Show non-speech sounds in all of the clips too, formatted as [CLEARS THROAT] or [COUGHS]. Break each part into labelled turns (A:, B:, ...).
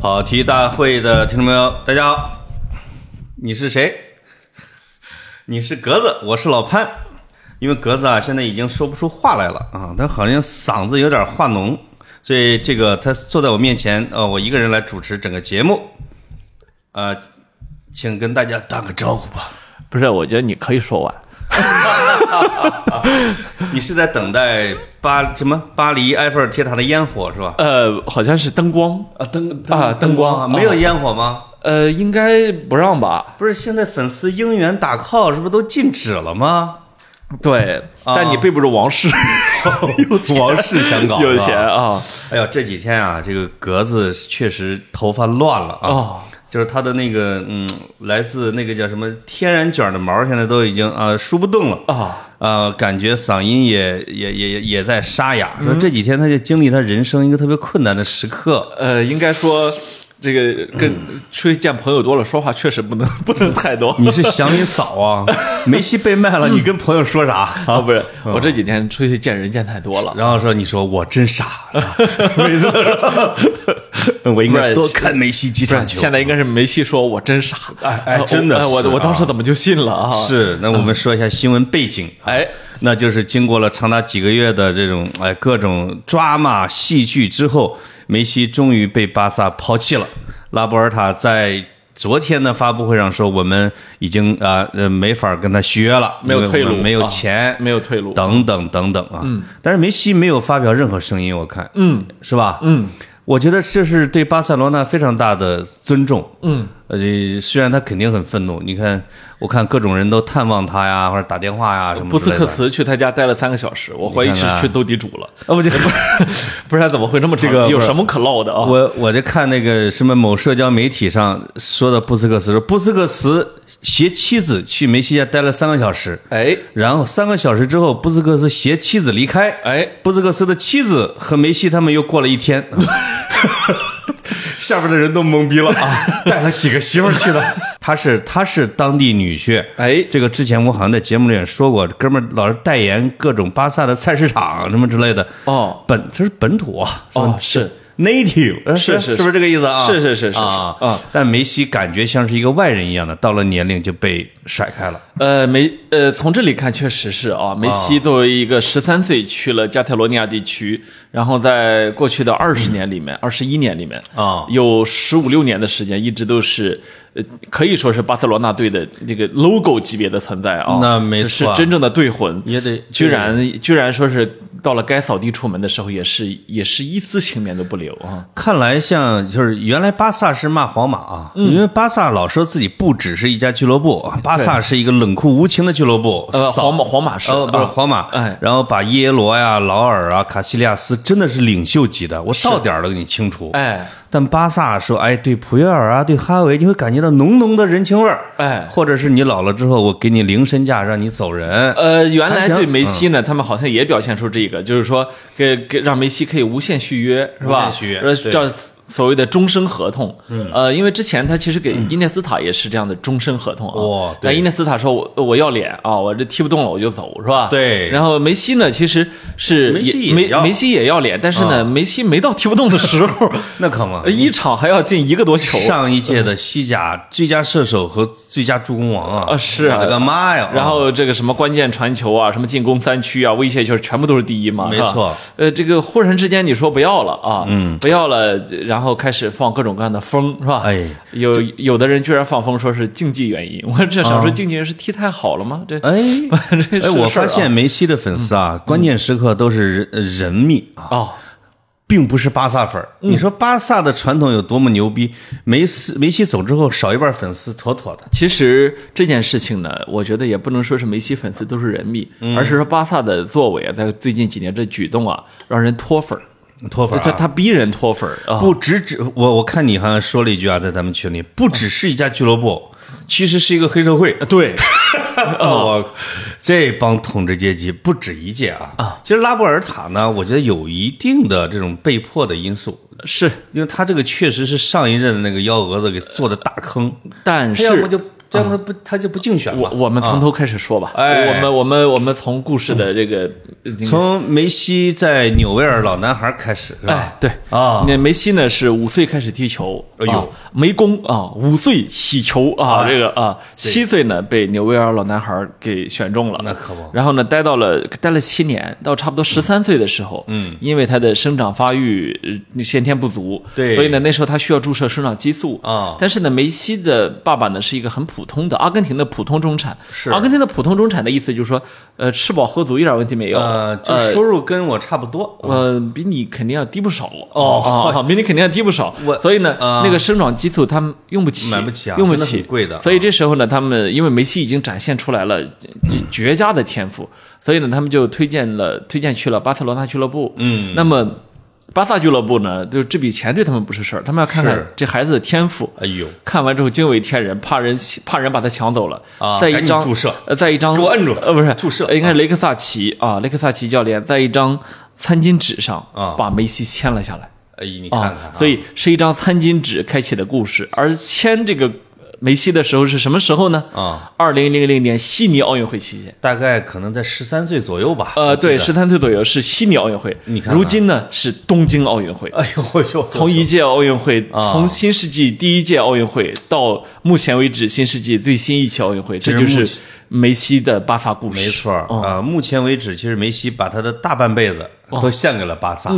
A: 跑题大会的听众朋友，大家好，你是谁？你是格子，我是老潘。因为格子啊，现在已经说不出话来了啊，他好像嗓子有点化脓，所以这个他坐在我面前，呃，我一个人来主持整个节目，呃，请跟大家打个招呼吧。
B: 不是，我觉得你可以说完。
A: 你是在等待巴什么巴黎埃菲尔铁塔的烟火是吧？
B: 呃，好像是灯光，
A: 啊，灯
B: 啊灯光
A: 啊，没有烟火吗？
B: 呃，应该不让吧？
A: 不是现在粉丝应援打 call 是不是都禁止了吗？
B: 对，
A: 啊
B: 但你背不住王 [LAUGHS] 室，有钱
A: 王室想搞
B: [LAUGHS] 有钱啊！
A: 哎呦，这几天啊，这个格子确实头发乱了啊，
B: 哦
A: 就是他的那个嗯，来自那个叫什么天然卷的毛，现在都已经啊、呃梳不动了。
B: 啊，
A: 呃，感觉嗓音也也也也也在沙哑。
B: 嗯
A: 说这几天他就经历他人生一个特别困难的时刻，
B: 呃，应该说这个跟出去见朋友多了，说话确实不能 [LAUGHS] 不能太多。
A: 你是祥林嫂啊？
B: [LAUGHS]
A: 梅西被卖了，你跟朋友说啥
B: 啊，不是，我这几天出去见人见太多了。
A: 然后说你说我真傻， [LAUGHS] 每次都说 [LAUGHS] 我应该多看梅西几
B: 不
A: 场
B: 是，
A: 球。
B: 现在应该是梅西说我真傻，
A: 哎哎真的
B: 呃我
A: 是啊
B: 我我当时怎么就信了啊？，
A: 是那我们说一下新闻背景，
B: 哎，
A: 那就是经过了长达几个月的这种哎各种抓马戏剧之后，梅西终于被巴萨抛弃了。拉波尔塔在昨天的发布会上说，我们已经啊呃没法跟他续约了，
B: 没有
A: 因为我
B: 退路
A: 们没有
B: 啊
A: 钱，
B: 没有退路。
A: 等等等等啊。但是梅西没有发表任何声音，我看，
B: 嗯，
A: 是吧？
B: 嗯，
A: 我觉得这是对巴塞罗那非常大的尊重。嗯，呃，虽然他肯定很愤怒，你看，我看各种人都探望他呀，或者打电话呀什么
B: 哦布
A: 之
B: 斯哦
A: 类
B: 克
A: 的。
B: 茨去他家待了三个小时，我怀疑
A: 你
B: 是
A: 看看
B: 去斗地主了， [LAUGHS]
A: 啊，不对，
B: 不然怎么会那么长
A: 这个
B: 有
A: 不是
B: 什么可唠的啊？
A: [LAUGHS] 我我在看那个什么某社交媒体上说的布斯克茨说，布斯克茨携妻子去梅西家待了三个小时，
B: 哎
A: 然后三个小时之后，布斯克茨携妻子离开，
B: 哎，
A: 布斯克斯的妻子和梅西他们又过了一天， [LAUGHS] 下边的人都懵 [LAUGHS] 逼了啊！带了几个媳妇儿去的？他是他是当地女婿，
B: 哎
A: 这个之前我好像在节目里也说过，哥们儿老是代言各种巴萨的菜市场什么之类的。
B: 哦
A: 本这是本土啊，吧
B: 哦是
A: native 呃
B: 是
A: 是
B: 是
A: 是不是这个意思啊？
B: 是是是是
A: 啊
B: 是啊！
A: 但梅西感觉像是一个外人一样的，到了年龄就被甩开了。
B: 呃梅呃，从这里看确实是啊，
A: 哦
B: 梅西作为一个十三岁去了加泰罗尼亚地区，然后在过去的二十年里面，二十一年里面
A: 啊
B: 有十五六年的时间一直都是。呃，可以说是巴塞罗那队的这个 logo 级别的存在啊，
A: 那没错
B: 是真正的队魂，
A: 也得
B: 居然居然说是到了该扫地出门的时候，也是也是一丝情面都不留啊！
A: 看来像就是原来巴萨是骂皇马啊，
B: 嗯
A: 因为巴萨老说自己不只是一家俱乐部，啊巴萨是一个冷酷无情的俱乐部，
B: 呃，
A: 扫
B: 皇马皇马是
A: 呃不是
B: 啊
A: 皇马，
B: 哎
A: 然后把耶罗呀、劳尔啊、卡西利亚斯真的是领袖级的，我到点儿了给你清除。
B: 哎，
A: 但巴萨说，哎，对普约尔啊，对哈维，你会感觉到浓浓的人情味儿，
B: 哎
A: 或者是你老了之后，我给你零身价让你走人，
B: 呃，原
A: 还
B: 来
A: 行
B: 对梅西
A: 嗯
B: 呢，他们好像也表现出这个，就是说给给让梅西可以无限续约，是吧？
A: 无限续约
B: 呃
A: 对嗯
B: 叫所谓的终身合同。呃，因为之前他其实给伊涅斯塔也是这样的终身合同啊。
A: 哇对
B: 但伊涅斯塔说我我要脸啊，我这踢不动了我就走，是吧？
A: 对
B: 然后梅西呢，其实是
A: 梅西也
B: 梅
A: 要嗯
B: 梅西也要脸，但是呢，梅西没到踢不动的时
A: [LAUGHS]
B: 候，呃
A: 那可吗？
B: 一场还要进一个多球。
A: 上一届的西甲最佳射手和最佳助攻王啊，
B: 嗯啊是啊
A: 我的个妈呀！
B: 然后这个什么关键传球啊，什么进攻三区啊，威胁球全部都是第一嘛，
A: 没
B: 是吧
A: 错。
B: 呃，这个忽然之间你说不要了啊，嗯，不要了，然后开始放各种各样的风，是吧？
A: 哎
B: 有有的人居然放风说是竞技原因，我这想说竞技原因是踢太好了吗？这
A: 啊哎
B: [LAUGHS] 这是
A: 哎，
B: 个事儿啊嗯
A: 我发现梅西的粉丝啊，关键时刻都是人人密啊，
B: 哦，
A: 并不是巴萨粉儿。
B: 嗯
A: 你说巴萨的传统有多么牛逼？梅西梅西走之后少一半粉丝，妥妥的。
B: 其实这件事情呢，我觉得也不能说是梅西粉丝都是人密，
A: 嗯
B: 而是说巴萨的作为啊，在最近几年这举动啊，让人脱粉儿，
A: 脱粉儿
B: 他
A: 啊、
B: 他逼人脱粉儿啊。
A: 不只只我我看你好像说了一句啊，在咱们群里，不只是一家俱乐部，其实是一个黑社
B: [LAUGHS]
A: 会。
B: 对，
A: 哦，这帮统治阶级不止一届啊！啊，其实拉波尔塔呢，我觉得有一定的这种被迫的因素，
B: 是，
A: 因为他这个确实是上一任的那个幺蛾子给做的大坑，
B: 但
A: 他
B: 是
A: 要么就要么不他就不竞选
B: 我
A: 了。
B: 我们从头开始说吧。
A: 哎
B: 我们我们我们从故事的这个呃
A: 从梅西在纽维尔老男孩开始，是吧？
B: 哎对
A: 啊
B: 那梅西呢是五岁开始踢球，
A: 哎呦
B: 啊，梅公啊，五岁喜球啊，
A: 啊
B: 这个啊，七岁呢被纽维尔老男孩给选中了，
A: 那可不
B: 然后呢，待到了待了七年，到差不多十三岁的时候，嗯，因为他的生长发育呃先天不足，
A: 对
B: 所以呢，那时候他需要注射生长激素
A: 啊
B: 但是呢，梅西的爸爸呢是一个很普通的阿根廷的普通中产，
A: 是
B: 阿根廷的普通中产的意思就是说，呃，吃饱喝足一点问题没有，
A: 呃，就收入跟我差不多，
B: 呃，比你肯定要低不少
A: 哦
B: 啊，比你肯定要低不少。
A: 我
B: 所以呢，
A: 啊
B: 那个生长激素他们用不起，
A: 买不起啊
B: 用不
A: 真的
B: 起，
A: 很贵的
B: 所以这时候呢，他们因为梅西已经展现出来了绝佳的天赋，所以呢，他们就推荐了推荐去了巴塞罗那俱乐部。
A: 嗯，
B: 那么巴萨俱乐部呢，就这笔钱对他们不是事儿，他们要看看
A: 是
B: 这孩子的天赋。
A: 哎呦，
B: 看完之后惊为天人，怕人怕人把他抢走了，
A: 啊
B: 在
A: 赶紧
B: 一张
A: 注射
B: 呃，在一张
A: 给我摁住
B: 呃，不是
A: 注射
B: 呃应该是雷克萨奇啊，雷克萨奇教练在一张餐巾纸上
A: 啊
B: 把梅西签了下来
A: 哎，你看看
B: 啊
A: 啊，，
B: 所以是一张餐巾纸开启的故事。而签这个呃梅西的时候是什么时候呢？
A: 啊，
B: 二零零零年悉尼奥运会期间。
A: 大概可能在十三岁左右吧。
B: 呃，
A: 我记
B: 对，
A: 得
B: 十三岁左右是悉尼奥运会，
A: 你看看
B: 如今呢是东京奥运会。
A: 哎呦，我呦，
B: 从一届奥运会，
A: 啊
B: 从新世纪第一届奥运会到目前为止新世纪最新一期奥运会，这
A: 实
B: 就
A: 目
B: 是
A: 前
B: 梅西的巴萨故事。
A: 没错
B: 哦
A: 儿啊、目前为止，其实梅西把他的大半辈子都献给了巴萨。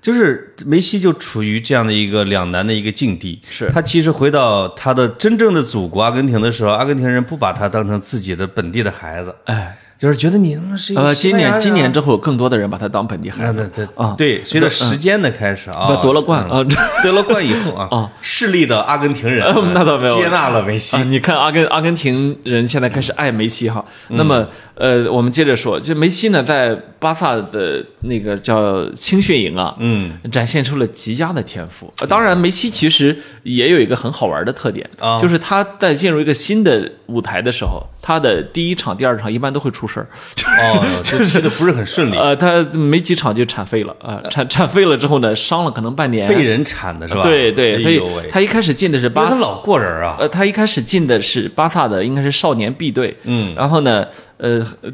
A: 就是梅西就处于这样的一个两难的一个境地，
B: 是
A: 他其实回到他的真正的祖国阿根廷的时候，阿根廷人不把他当成自己的本地的孩子，
B: 哎，
A: 就是觉得你他妈是一个
B: 呃，
A: 西
B: 今
A: 班牙人啊、
B: 年今年之后，更多的人把他当本地
A: 那
B: 孩子，
A: 那这
B: 啊
A: 对，随着时间的开始啊
B: 他，夺了冠啊。这
A: [LAUGHS] 得了冠以后啊，势力的阿根廷人、啊
B: 嗯那倒没有
A: 接纳了梅西
B: 啊，你看阿根阿根廷人现在开始爱梅西哈。
A: 嗯
B: 那么，呃，我们接着说，就梅西呢，在巴萨的那个叫青训营啊，
A: 嗯，
B: 展现出了极佳的天赋。呃当然，梅西其实也有一个很好玩的特点，
A: 啊
B: 就是他在进入一个新的舞台的时候，他的第一场、第二场一般都会出事儿，
A: 哦，这踢的不是很顺利，
B: 呃，他没几场就铲废了啊、
A: 哎
B: 呃，铲 [LAUGHS] 铲废了之后呢，伤了可能半年，
A: 被人铲的是吧？
B: 对对，所
A: 哎
B: 以
A: 呦喂，
B: 他一开始进的是
A: 因
B: 巴
A: 为
B: 萨
A: 他。老过人啊，
B: 呃，他一开始进的是巴萨的，应该是少年 B 队，嗯，然后呢，呃，呃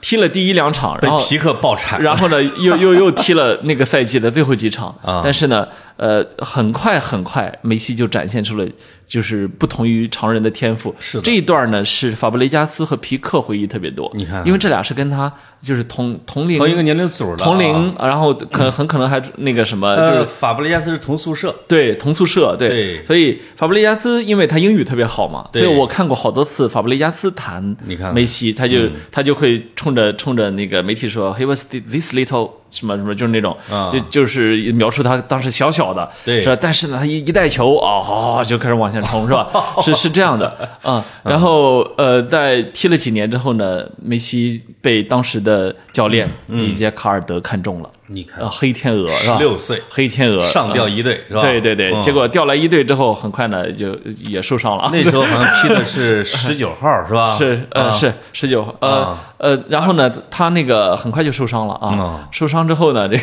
B: 踢了第一两场，
A: 被
B: 然后
A: 皮克爆铲，
B: 哦然后呢，又又又踢了那个赛季的最后几场，
A: 啊
B: 但是呢，呃，很快很快，梅西就展现出了就是不同于常人的天赋。
A: 是的
B: 这一段呢是法布雷加斯和皮克回忆特别多，
A: 你看看
B: 因为这俩是跟他就是同同龄
A: 同一个年龄组的啊
B: 同龄，然后可很可能还那个什么，就是
A: 呃，法布雷加斯是同宿舍，
B: 对，同宿舍，对，
A: 对
B: 所以法布雷加斯因为他英语特别好嘛，
A: 对
B: 所以我看过好多次法布雷加斯谈
A: 你看看嗯
B: 梅西，他就、他就会冲着冲着那个媒体说，he was thi- this little 什么什么，就是那种，
A: 啊
B: 就就是描述他当时小小的，
A: 对
B: 是吧？但是呢，他一一带球啊、好好好就开始往前冲，
A: [LAUGHS]
B: 是吧？是是这样的啊、然后
A: 嗯
B: 呃，在踢了几年之后呢，梅西被当时的教练里杰卡尔德看中了。
A: 嗯你看
B: 呃，黑天鹅是吧？
A: 16岁
B: 黑天鹅
A: 上
B: 啊
A: 吊一队是吧？
B: 对对对，
A: 嗯
B: 结果调来一队之后，很快呢就也受伤了。
A: [LAUGHS] 那时候好像踢的是十九号是吧？
B: [LAUGHS] 是呃
A: 啊
B: 是十九呃呃，然后呢，他那个很快就受伤了
A: 嗯
B: 啊。受伤之后
A: [LAUGHS]
B: 呢，这个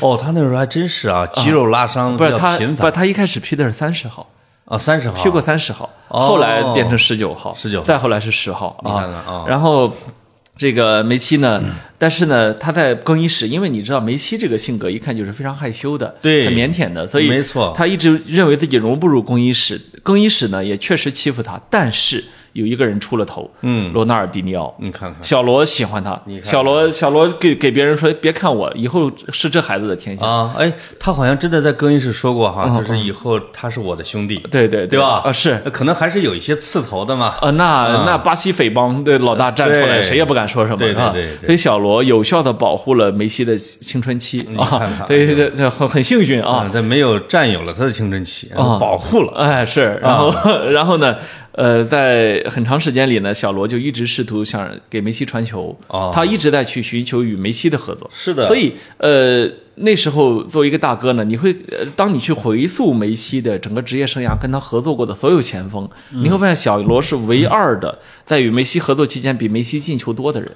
A: 哦，他那时候还真是啊，肌肉拉伤比
B: 不是
A: 较
B: 他
A: 频
B: 不是
A: 繁
B: 他一开始批的是三十号，
A: 啊，三十号
B: 批过三十号，
A: 哦
B: 后来变成十九号，
A: 19号
B: 再后来是十号
A: 你看看
B: 啊
A: 啊。
B: 然后这个梅西呢，但是呢，他在更衣室，因为你知道梅西这个性格一看就是非常害羞的，
A: 对
B: 很腼腆的，所以
A: 没错
B: 他一直认为自己融不入更衣室，更衣室呢也确实欺负他，但是有一个人出了头，嗯，罗纳尔迪尼奥，
A: 你看看
B: 小罗喜欢他，
A: 看看
B: 小罗小罗给给别人说，别看我，以后是这孩子的天下。
A: 啊，哎，他好像真的在更衣室说过哈，就是以后他是我的兄弟，
B: 嗯对对
A: 对吧？
B: 啊是，
A: 可能还是有一些刺头的嘛。
B: 呃，那那巴西匪帮的老大站出来，
A: 啊对
B: 谁也不敢说什么，
A: 对对
B: 啊
A: 对对对
B: 所以小罗有效的保护了梅西的青春期
A: 看
B: 啊
A: 看，
B: 对对对对，很很幸运啊。
A: 啊，他没有占有了他的青春期，保护了。啊
B: 哎，是，然后、然后呢，呃，在很长时间里呢，小罗就一直试图想给梅西传球，
A: 哦
B: 他一直在去寻求与梅西的合作。
A: 是的
B: 所以呃，那时候作为一个大哥呢，你会，呃当你去回溯梅西的整个职业生涯，跟他合作过的所有前锋，
A: 嗯
B: 你会发现小罗是唯二的在与梅西合作期间比梅西进球多的人。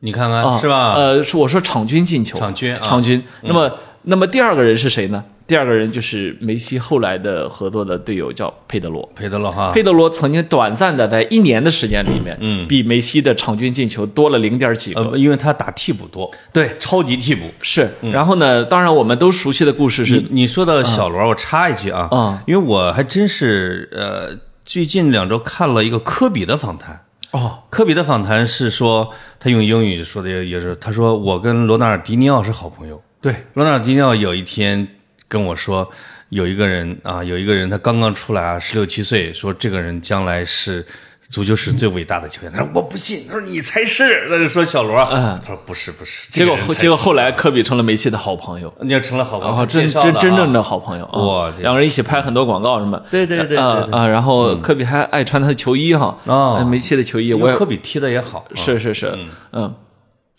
A: 你看看
B: 啊，
A: 是吧？
B: 呃，是我说场均进球，
A: 场均啊
B: 场均。那么，那么第二个人是谁呢？第二个人就是梅西后来的合作的队友叫佩德罗。
A: 佩德罗哈，
B: 佩德罗曾经短暂的在一年的时间里面，
A: 啊嗯
B: 比梅西的场均进球多了零点几个。
A: 呃，因为他打替补多，
B: 对，
A: 超级替补。
B: 是。然后呢，当然我们都熟悉的故事是，
A: 你你说到小罗，我插一句啊，
B: 嗯啊
A: 因为我还真是呃，最近两周看了一个科比的访谈。
B: 哦，
A: 科比的访谈是说，他用英语说的也也是，他说我跟罗纳尔迪尼奥是好朋友。
B: 对，
A: 罗纳尔迪尼奥有一天跟我说，有一个人啊，有一个人他刚刚出来啊，十六七岁，说这个人将来是足球史最伟大的球员。他说我不信，他说你才是，那就说小罗，啊
B: 嗯
A: 他说不是不是，
B: 结果
A: 这个人
B: 后
A: 才
B: 结果
A: 是
B: 后来科比成了梅西的好朋友。
A: 你就成了好朋
B: 然
A: 友，他
B: 后真
A: 介绍
B: 真
A: 的啊
B: 真正的好朋友，啊
A: 哇这
B: 两个人一起拍很多广告什么，
A: 对对对对
B: 啊
A: 对
B: 啊，然后科比还爱穿他的球衣哈，哎
A: 哦
B: 梅西的球衣，
A: 因
B: 我也
A: 为科比踢的也好，啊
B: 是是是，嗯，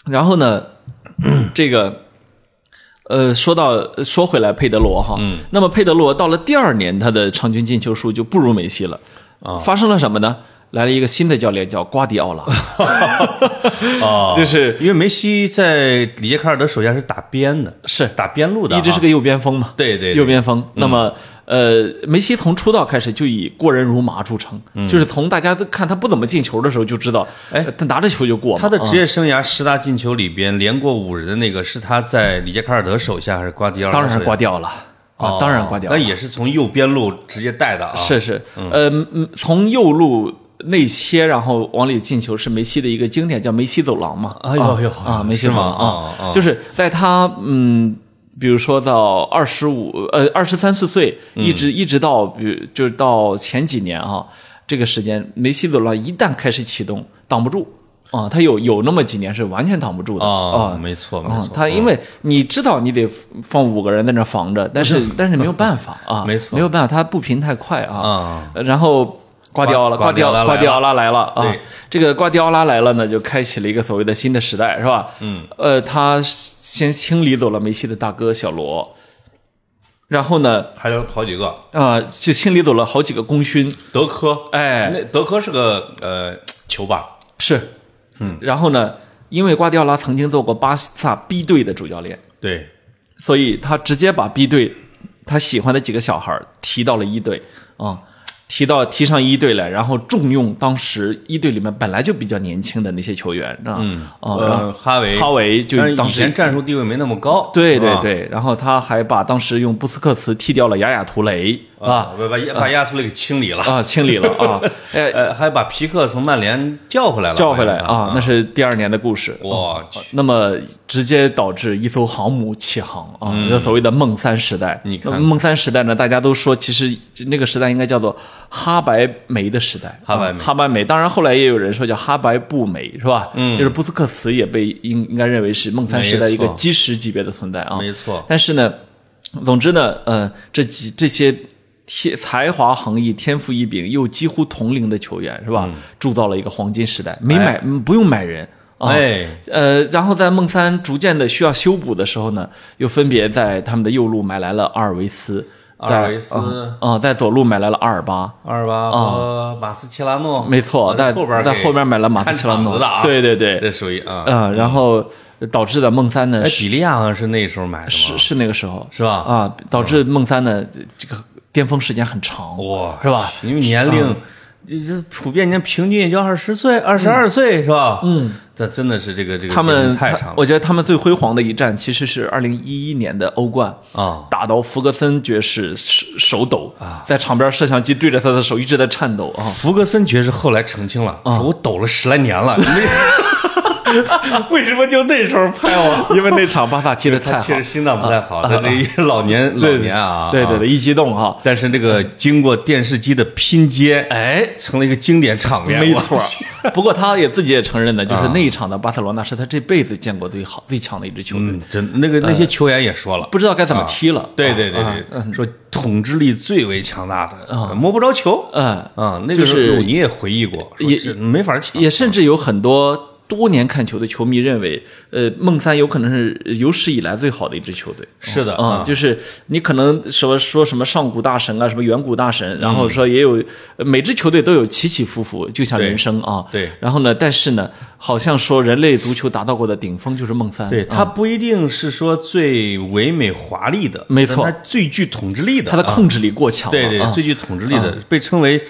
B: 然后呢， [CLEARS THROAT] 这个，呃，说到说回来，佩德罗哈，嗯，那么佩德罗到了第二年，他的场均进球数就不如梅西了，
A: 啊
B: 发生了什么呢？来了一个新的教练叫瓜迪奥拉，
A: 哦
B: 就是
A: 因为梅西在里杰卡尔德手下是打边的，
B: 是
A: 打边路的啊，
B: 一直是个右边锋嘛，
A: 对对对嗯
B: 右边锋。那么，呃，梅西从出道开始就以过人如麻著称，就是从大家都看他不怎么进球的时候就知道，
A: 嗯哎
B: 呃他拿着球就过嘛。
A: 他的
B: 啊
A: 职业生涯十大进球里边，连过五人的那个是他在里杰卡尔德手下还是瓜迪奥拉手
B: 当
A: 下？
B: 然挂掉了，
A: 哦
B: 啊，当然挂掉
A: 那
B: 了。
A: 也是从右边路直接带的啊。
B: 是是，呃，嗯从右路内切，然后往里进球是梅西的一个经典，叫梅西走廊嘛。
A: 哎呦
B: 啊
A: 呦
B: 啊，梅西
A: 是
B: 走
A: 吗
B: 廊啊
A: 啊啊
B: 就是在他嗯。比如说到二十五呃二十三四岁，一
A: 嗯
B: 直一直到比如就是到前几年啊，这个时间梅西走廊一旦开始启动，挡不住啊，他有有那么几年是完全挡不住的
A: 啊，
B: 啊。
A: 没错没
B: 啊，
A: 错，
B: 他因为你知道你得放五个人在那儿防着，但 [LAUGHS] 是但是没有办法啊，
A: 没错
B: 没有办法，他步频太快啊。
A: 啊
B: 呃然后瓜迪奥拉，
A: 瓜
B: 瓜迪奥，瓜
A: 瓜
B: 迪
A: 迪
B: 奥
A: 奥
B: 拉来了啊
A: 对！
B: 这个瓜迪奥拉来了呢，就开启了一个所谓的新的时代，是吧？嗯，呃，他先清理走了梅西的大哥小罗，然后呢，
A: 还有好几个
B: 啊、就清理走了好几个功勋，
A: 德科，
B: 哎
A: 那德科是个呃球霸，
B: 是，嗯，然后呢，因为瓜迪奥拉曾经做过巴萨 B 队的主教练，
A: 对，
B: 所以他直接把 B 队他喜欢的几个小孩儿提到了一队啊、提到提上一队来，然后重用当时一队里面本来就比较年轻的那些球员，啊，嗯啊、然后
A: 呃，哈维，
B: 哈维就
A: 但是
B: 当
A: 以
B: 时
A: 前战术地位没那么高，啊
B: 对
A: 是
B: 对
A: 吧
B: 对，然后他还把当时用布斯克茨踢掉了雅雅图雷啊
A: 啊，把把把亚图雷给清理了，
B: 啊，清理了
A: [LAUGHS]
B: 啊，哎，
A: 呃，还把皮克从曼联叫回来了，
B: 叫回来
A: 好像
B: 啊，那是第二年的故事。
A: 我去，
B: 那哦么直接导致一艘航母起航啊，那、所谓的梦三时代。
A: 嗯你看
B: 那梦三时代呢，大家都说其实那个时代应该叫做哈白梅的时代。
A: 哈白梅
B: 啊哈白梅。当然后来也有人说叫哈白布梅，是吧？嗯，就是布斯克茨也被应应该认为是梦三时代一个
A: 没错
B: 基石级别的存在啊。
A: 没错，
B: 但是呢，总之呢，呃，这几这些天才华横溢、天赋异禀又几乎同龄的球员是
A: 嗯
B: 吧，铸造了一个黄金时代，没买、嗯不用买人啊。
A: 哎，
B: 呃，然后在梦三逐渐的需要修补的时候呢，又分别在他们的右路买来了阿尔维斯，在
A: 阿尔维斯
B: 啊、啊在左路买来了阿尔巴，
A: 二八和马斯切拉诺，
B: 哦没错，在
A: 哦在后边
B: 在
A: 给
B: 后边买了马
A: 看
B: 斯切拉
A: 场
B: 诺
A: 子的啊，
B: 对对对，
A: 这属于啊，
B: 啊、然后导致的梦三呢
A: 哎，
B: 是
A: 比利亚好像是那时候买的吗？
B: 是是那个时候
A: 是吧
B: 啊，导致梦三呢这个巅峰时间很长，
A: 哇，
B: 是吧？啊
A: 因为年龄，这这普遍年平均也就二十岁、二十二岁是吧？嗯，这真的是这个这个
B: 他
A: 年
B: 们
A: 龄太
B: 他
A: 长了
B: 我觉得他们最辉煌的一战其实是二零一一年的欧冠。
A: 啊！
B: 打到福格森爵士手手抖在场边摄像机对着他的手一直在颤抖啊！
A: 福格森爵士后来澄清了，说我抖了十来年
B: [LAUGHS]
A: 了，你们 [LAUGHS] 为什么就那时候拍我？
B: 因为那场巴萨踢得太
A: 他
B: 好，啊
A: 确实心脏不太好，他
B: [LAUGHS]
A: 这一老年老
B: 对对
A: 年啊，
B: 对对
A: 啊。
B: 对，一激动哈，
A: 但是这个经过电视机的拼接，
B: 哎，
A: 成了一个经典场面，
B: 没
A: 我
B: 错
A: 去。
B: 不过他也自己也
A: [LAUGHS]
B: 承认的，就是
A: 啊
B: 那一场的巴塞罗那是他这辈子见过最好最强的一支球队，
A: 嗯，真那个
B: 哎
A: 那些球员也说了，
B: 不知道该怎么踢了。
A: 对对
B: 啊
A: 对
B: 嗯
A: 对，说统治力最为强大的，呃摸不着球。
B: 嗯
A: 啊，那
B: 啊就
A: 个时
B: 是
A: 候你也回忆过，说
B: 也
A: 这没法抢。
B: 也甚至有很多多年看球的球迷认为，呃，梦三有可能是有史以来最好的一支球队。
A: 是的
B: 啊、就是你可能什么说什么上古大神啊，什么远古大神，然后说也有、呃每支球队都有起起伏伏，就像人生啊。
A: 对
B: 然后呢，但是呢，好像说人类足球达到过的顶峰就是梦三。啊
A: 对，它不一定是说最唯美华丽的，
B: 没错
A: 但它最具统治力的，
B: 他的
A: 啊
B: 控制力过强、啊。
A: 对对，
B: 啊
A: 最具统治力的，被称为。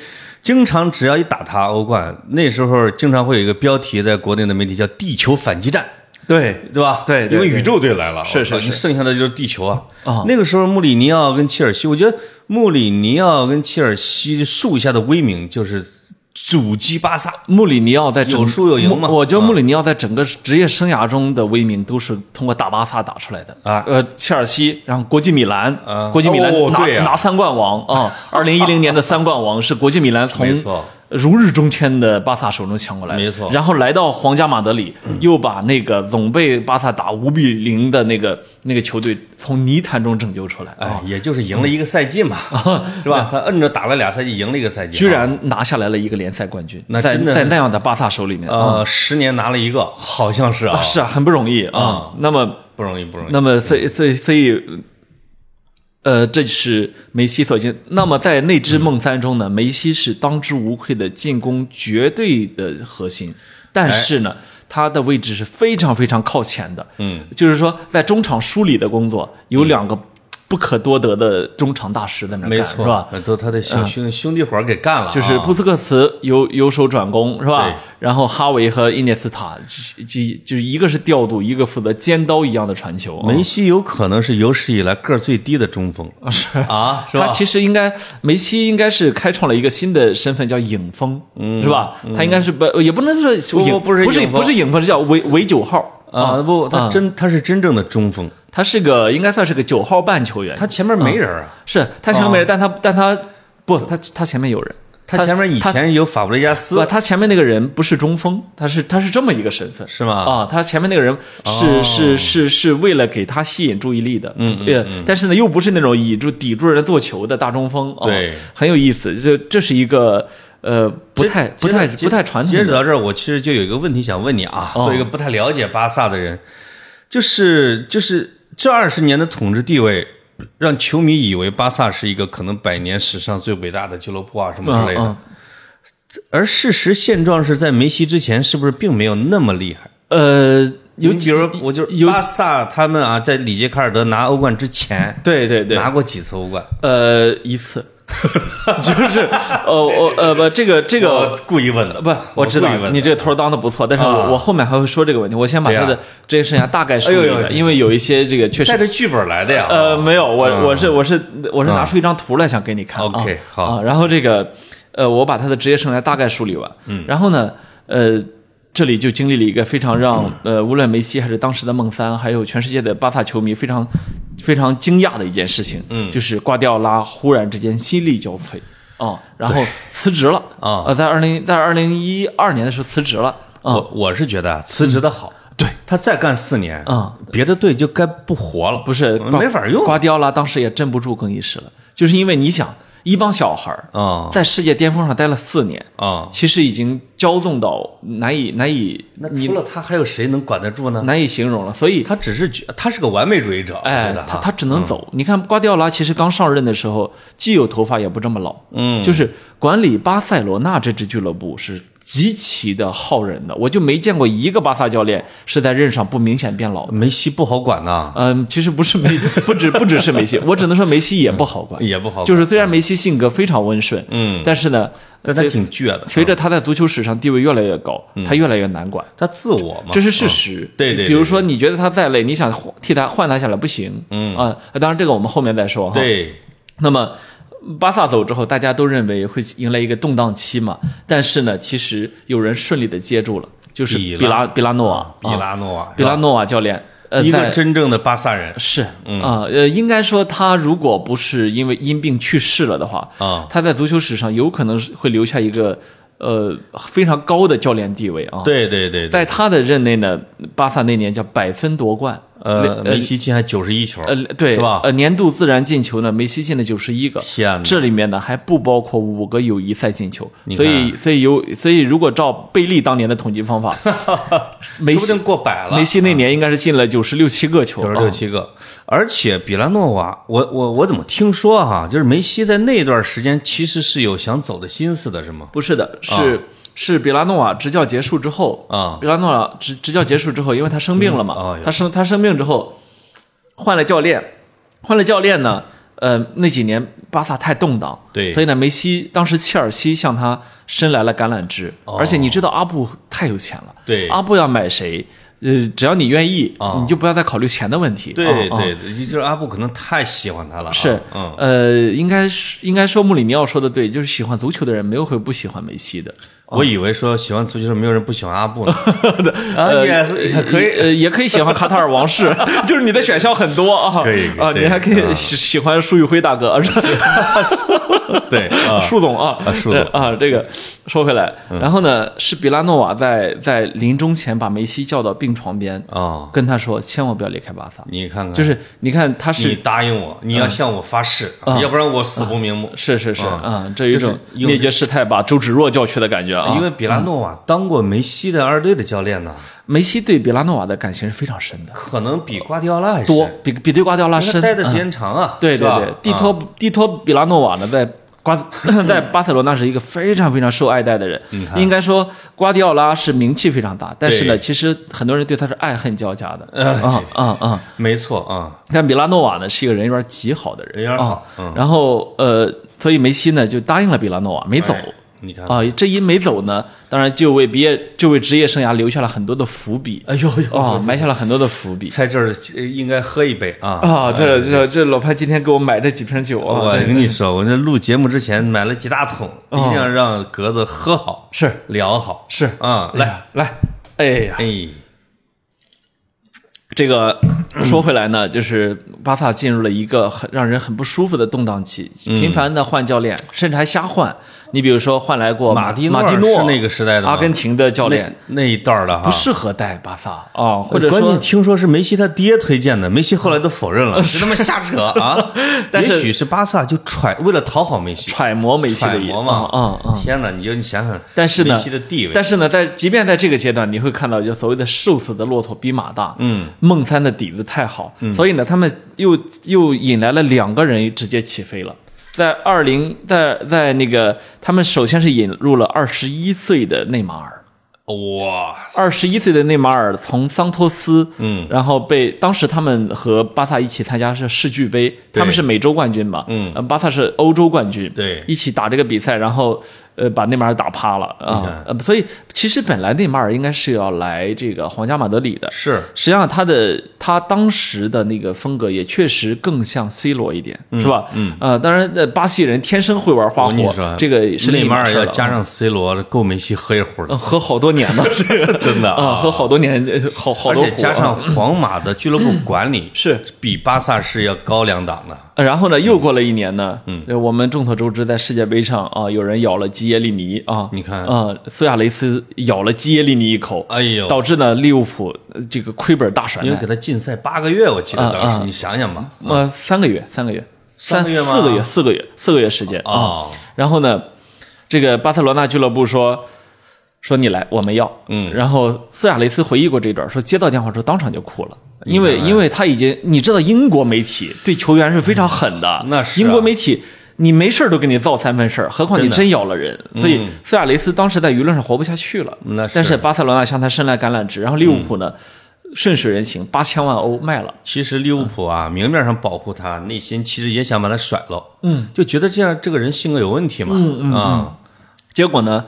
A: 经常只要一打他欧冠，那时候经常会有一个标题，在国内的媒体叫“地球反击战”，
B: 对
A: 对吧？
B: 对对
A: 因为
B: 对
A: 宇宙队来了，
B: 是
A: 我
B: 是
A: 靠
B: 是
A: 你剩下的就是地球啊
B: 啊。
A: 那个时候穆里尼奥跟切尔西，我觉得穆里尼奥跟切尔西树下的威名就是阻击巴萨，
B: 穆里尼奥在整
A: 有输有赢嘛啊
B: 穆我觉得穆里尼奥在整个职业生涯中的威名都是通过打巴萨打出来的
A: 啊
B: 呃，切尔西，然后国际米兰，
A: 啊
B: 国际米兰
A: 哦
B: 拿、
A: 对啊
B: 拿三冠王啊！二零一零年的三冠王是国际米兰从
A: 没错
B: 如日中天的巴萨手中抢过来的，
A: 没错嗯
B: 然后来到皇家马德里，又把那个总被巴萨打五比零的那个那个球队从泥潭中拯救出来，啊
A: 哎，也就是赢了一个赛季嘛，是 [LAUGHS] 吧？他摁着打了俩赛季，赢了一个赛季，
B: 居然拿下来了一个联赛冠军，
A: 那
B: 在
A: 真的
B: 在那样的巴萨手里面啊
A: 呃，十年拿了一个，好像是啊，
B: 是啊，很不容易啊。那么。
A: 不容易，不容易
B: 那。么所以所以所以，呃，这是梅西所进。那么在那支梦三中呢，梅西是当之无愧的进攻绝对的核心，但是呢。他的位置是非常非常靠前的，
A: 哎嗯，
B: 就是说在中场梳理的工作有两个不可多得的中场大师在那儿干，
A: 没错，
B: 是吧？？
A: 都他的兄兄兄弟伙儿给干了啊，
B: 就是布斯克茨由由守转攻是吧
A: 对？
B: 然后哈维和伊涅斯塔，就就就是一个是调度，一个负责尖刀一样的传球啊。
A: 梅西有可能是有史以来个儿最低的中锋啊，是吧？
B: 他其实应该，梅西应该是开创了一个新的身份，叫影锋，是吧？他应该是不，也不能说
A: 嗯不
B: 影
A: 不是
B: 不是
A: 影锋
B: 不是影锋，是叫伪伪九号
A: 啊，不，他
B: 啊
A: 真他是真正的中锋，
B: 他是个应该算是个九号半球员。
A: 他前面没人啊，
B: 是他前面没人，但他但他不，他他前面有人，
A: 他前面以
B: 他
A: 前有法布雷加斯
B: 不，，他前面那个人不是中锋，他是他是这么一个身份，
A: 是吗
B: 啊，他前面那个人是、
A: 哦
B: 是是是为了给他吸引注意力的，嗯，呃、但是呢，又不是那种以住抵住人做球的大中锋，啊、
A: 对，
B: 很有意思，这这是一个呃不太
A: 接
B: 不太
A: 接
B: 不太传
A: 截
B: 统
A: 止
B: 的，
A: 到这儿，我其实就有一个问题想问你啊，
B: 哦
A: 作为一个不太了解巴萨的人，就是就是这二十年的统治地位，让球迷以为巴萨是一个可能百年史上最伟大的俱乐部啊什么之类的，
B: 嗯
A: 而事实现状是在梅西之前，是不是并没有那么厉害？
B: 嗯呃，有
A: 你
B: 几
A: 比如我就是
B: 有
A: 巴萨他们啊，在里杰卡尔德拿欧冠之前，
B: 对对对，
A: 拿过几次欧冠？
B: 呃一次， [LAUGHS] 就是呃我呃不这个这个
A: 我故意问的，
B: 不，我知道
A: 故意问的
B: 你这个头儿当的不错，但是我、
A: 啊
B: 我后面还会说这个问题，我先把
A: 对呀啊
B: 他的职业生涯大概梳
A: 哎
B: 理
A: 呦
B: 了，
A: 呦
B: 因为有一些这个确
A: 带
B: 实。
A: 着剧本来的呀？
B: 呃，没有，我、
A: 嗯
B: 我是我是我是拿出一张图来想给你看、啊。
A: OK，好
B: 啊，然后这个，呃，我把他的职业生涯大概梳理完，嗯，然后呢，呃，这里就经历了一个非常让
A: 嗯
B: 呃，无论梅西还是当时的梦三，还有全世界的巴萨球迷非常非常惊讶的一件事情，嗯，就是瓜迪奥拉忽然之间心力交瘁啊，然后辞职了
A: 啊
B: 呃，在二零在二零一二年的时候辞职了啊，
A: 我我是觉得啊辞职的好，对他再干四年，
B: 嗯，
A: 别的队就该不活了，
B: 不是
A: 嗯没法用
B: 瓜迪奥拉当时也镇不住更衣室了，就是因为你想，一帮小孩儿
A: 啊
B: 在世界巅峰上待了四年，
A: 啊。
B: 其实已经骄纵到难以难以
A: 那
B: 你
A: 除了他，还有谁能管得住呢？
B: 难以形容了，所以
A: 他只是觉他是个完美主义者，我
B: 哎
A: 觉得，
B: 他
A: 哈嗯
B: 他只能走。你看瓜迪奥拉其实刚上任的时候，既有头发也不这么老，嗯，就是管理巴塞罗那这支俱乐部是极其的耗人的，我就没见过一个巴萨教练是在任上不明显变老的。
A: 梅西不好管呐，
B: 嗯，其实不是梅， [LAUGHS] 不只不只是梅西，我只能说梅西也不好管，
A: 也不好管
B: 就是虽然梅西性格非常温顺，
A: 嗯，
B: 但是呢，
A: 但他
B: 随
A: 挺倔的，嗯
B: 随着他在足球史上地位越来越高，他越来越难管，
A: 他自我嘛，
B: 这是事实。
A: 嗯哦对对对
B: 比如说你觉得他再累，你想换替他换他下来不行，嗯啊，当然这个我们后面再说哈。，
A: 嗯对，
B: 那么巴萨走之后，大家都认为会迎来一个动荡期嘛，但是呢，其实有人顺利的接住了，就是
A: 比
B: 比
A: 拉
B: 拉比拉诺瓦，
A: 啊比拉诺瓦，
B: 比拉诺瓦教练。呃，
A: 一个
B: 在
A: 真正的巴萨人
B: 是啊、
A: 嗯
B: 呃，应该说他如果不是因为因病去世了的话，
A: 啊
B: 他在足球史上有可能是会留下一个呃非常高的教练地位啊。，
A: 对对对，对
B: 在他的任内呢，巴萨那年叫百分夺冠，
A: 呃，梅西进还九十一球，
B: 呃，对，
A: 是吧？
B: 呃，年度自然进球呢，梅西进了九十一个，
A: 天哪
B: 这里面呢还不包括五个友谊赛进球，
A: 你
B: 所
A: 看
B: 以所以有所以如果照贝利当年的统计
A: [LAUGHS]
B: 方法，梅
A: 说不
B: 西
A: 定过百了。
B: 梅西那年应该是进了九十六七个球，
A: 九十六
B: 啊
A: 七个，而且比拉诺娃，我我我怎么听说哈、就是梅西在那段时间其实是有想走的心思的，是吗？
B: 不是的，是、是比拉诺瓦执教结束之后
A: 啊
B: 比拉诺瓦执执教结束之后，因为他生病了嘛，
A: 嗯哎呦
B: 他生他生病之后换了教练，换了教练呢，呃，那几年巴萨太动荡，
A: 对
B: 所以呢，梅西当时切尔西向他伸来了橄榄枝，而且你知道阿布太有钱了，
A: 哦对
B: 阿布要买谁，呃，只要你愿意，
A: 啊
B: 你就不要再考虑钱的问题，
A: 对
B: 啊啊
A: 对，对就是阿布可能太喜欢他了、啊。
B: 是，
A: 嗯，
B: 呃，应该是应该说穆里尼奥说的对，就是喜欢足球的人没有会不喜欢梅西的。
A: 我以为说喜欢足球的没有人不喜欢阿布
B: [LAUGHS]
A: 呢。啊，
B: 呃
A: 也是也可以。 [LAUGHS]
B: 呃，也可以喜欢卡塔尔王室， [LAUGHS] 就是你的选项很多啊。
A: 可以可以
B: 啊，
A: 对
B: 你还可以
A: 啊
B: 喜喜欢舒宇辉大哥，
A: [LAUGHS]
B: 啊是
A: 对啊，
B: 舒总啊
A: 啊，舒总嗯
B: 呃啊，这个说回来，然后呢，是比拉诺瓦在在临终前把梅西叫到病床边，
A: 啊，
B: 跟他说，千万不要离开巴萨。
A: 你看看，
B: 就是嗯你看，他是
A: 你答应我，你要向我发誓，
B: 啊
A: 啊要不然我死不瞑目。
B: 是是是
A: 啊
B: 啊，这有一种
A: 就是用
B: 灭绝师太把周芷若叫去的感觉啊。
A: 因为比拉诺瓦当过梅西的二队的教练呢，
B: 梅西对比拉诺瓦的感情是非常深的，
A: 可能比瓜迪奥拉还深
B: 啊多比比对瓜迪奥拉
A: 因为他
B: 深，
A: 待的
B: 嗯
A: 时间长啊。
B: 对
A: 是
B: 对
A: 吧
B: 对，蒂托、蒂托比拉诺瓦呢，在瓜 [CLEARS THROAT] 在巴塞罗那是一个非常非常受爱戴的人。应该说，瓜迪奥拉是名气非常大，但是呢，
A: 对
B: 其实很多人对他是爱恨交加的。
A: 呃
B: 啊啊啊！
A: 没错啊，
B: 但比拉诺瓦呢是一个人缘极好的人，
A: 人缘好
B: 啊然后呃，所以梅西呢就答应了比拉诺瓦，没走。
A: 哎你看，
B: 啊，这一没走呢，当然就为毕业就为职业生涯留下了很多的伏笔
A: 哎呦呦，
B: 啊、埋下了很多的伏笔
A: 在这儿呃应该喝一杯啊
B: [LAUGHS] 啊！这这这老潘今天给我买这几瓶酒啊，
A: 我跟你说，我这录节目之前买了几大桶，一定要让格子喝好、
B: 是
A: 聊好。
B: 是
A: 啊，
B: 来
A: 来，
B: 来，哎呀，
A: 哎，
B: 这个说回来呢，就是巴萨进入了一个很让人很不舒服的动荡期，
A: 嗯
B: 频繁的换教练，甚至还瞎换。你比如说换来过
A: 马蒂诺
B: 马蒂
A: 是那个时代的吗
B: 阿根廷的教练，
A: 那那一段儿的哈，
B: 不适合带巴萨啊、或者
A: 关
B: 说
A: 键。听说是梅西他爹推荐的，梅西后来都否认了，是他妈瞎扯啊！
B: [LAUGHS] 但是
A: 也许是巴萨就揣为了讨好梅西，
B: 揣摩梅西的
A: 揣
B: 意
A: 摩嘛，
B: 嗯嗯嗯
A: 天哪，你就你想想，
B: 但是呢
A: 梅西的地位，
B: 但是呢，在即便在这个阶段，你会看到，就所谓的瘦死的骆驼比马大。
A: 嗯，
B: 孟三的底子太好，所以呢，他们又又引来了两个人直接起飞了。在二零，在在那个，他们首先是引入了二十一岁的内马尔。
A: 哇，
B: 二十一岁的内马尔从桑托斯，
A: 嗯
B: 然后被当时他们和巴萨一起参加是世俱杯，他们是美洲冠军嘛，
A: 嗯
B: 呃，巴萨是欧洲冠军，
A: 对
B: 一起打这个比赛，然后呃把内马尔打趴了啊
A: 看，
B: 呃，所以其实本来内马尔应该是要来这个皇家马德里的，
A: 是
B: 实际上他的他当时的那个风格也确实更像 C 罗一点，是吧？嗯，呃，当然，呃，巴西人天生会玩花
A: 我跟你
B: 啊火
A: 说，，啊
B: 这个是另
A: 内
B: 一
A: 马
B: 码
A: 尔
B: 事儿
A: 要
B: 了啊
A: 加上 C 罗，够梅西喝一壶
B: 呃
A: 的，
B: [LAUGHS] 喝好多年了，这个
A: 真的
B: 啊，喝好多年，呃好好
A: 而
B: 多
A: 且
B: 壶
A: 加上
B: 啊嗯
A: 皇马的俱乐部管理
B: 是
A: 比巴萨是要高两档的，
B: 呃然后呢，又过了一年呢，嗯，我们众所周知，在世界杯上啊，有人咬了基耶利尼啊，
A: 你看
B: 啊，苏亚雷斯咬了基耶利尼一口，
A: 哎呦
B: 导致呢利物浦呃这个亏本大甩
A: 因为
B: 卖
A: 给，他禁赛八个月，我记得当
B: 啊啊
A: 时你想想吧，
B: 呃，三个月，三个月，
A: 三
B: 三
A: 个月吗
B: 四个月，四个月，四个月时间啊。
A: 啊，
B: 然后呢，这个巴塞罗那俱乐部说说你来，我们要。
A: 嗯
B: 然后苏亚雷斯回忆过这段，说接到电话之后当场就哭了。因为因为他已经，你知道英国媒体对球员是非常狠的，
A: [LAUGHS] 那是啊
B: 英国媒体，你没事儿都给你造三分事儿，何况你
A: 真的嗯
B: 真咬了人。所以苏亚雷斯当时在舆论上活不下去了。
A: 那是
B: 但是巴塞罗那向他伸来橄榄枝，然后利物浦呢，顺水人情，八千万欧卖了。
A: 其实利物浦啊，明面上保护他，内心其实也想把他甩了，嗯，就觉得这样这个人性格有问题嘛，嗯啊，
B: 结果呢，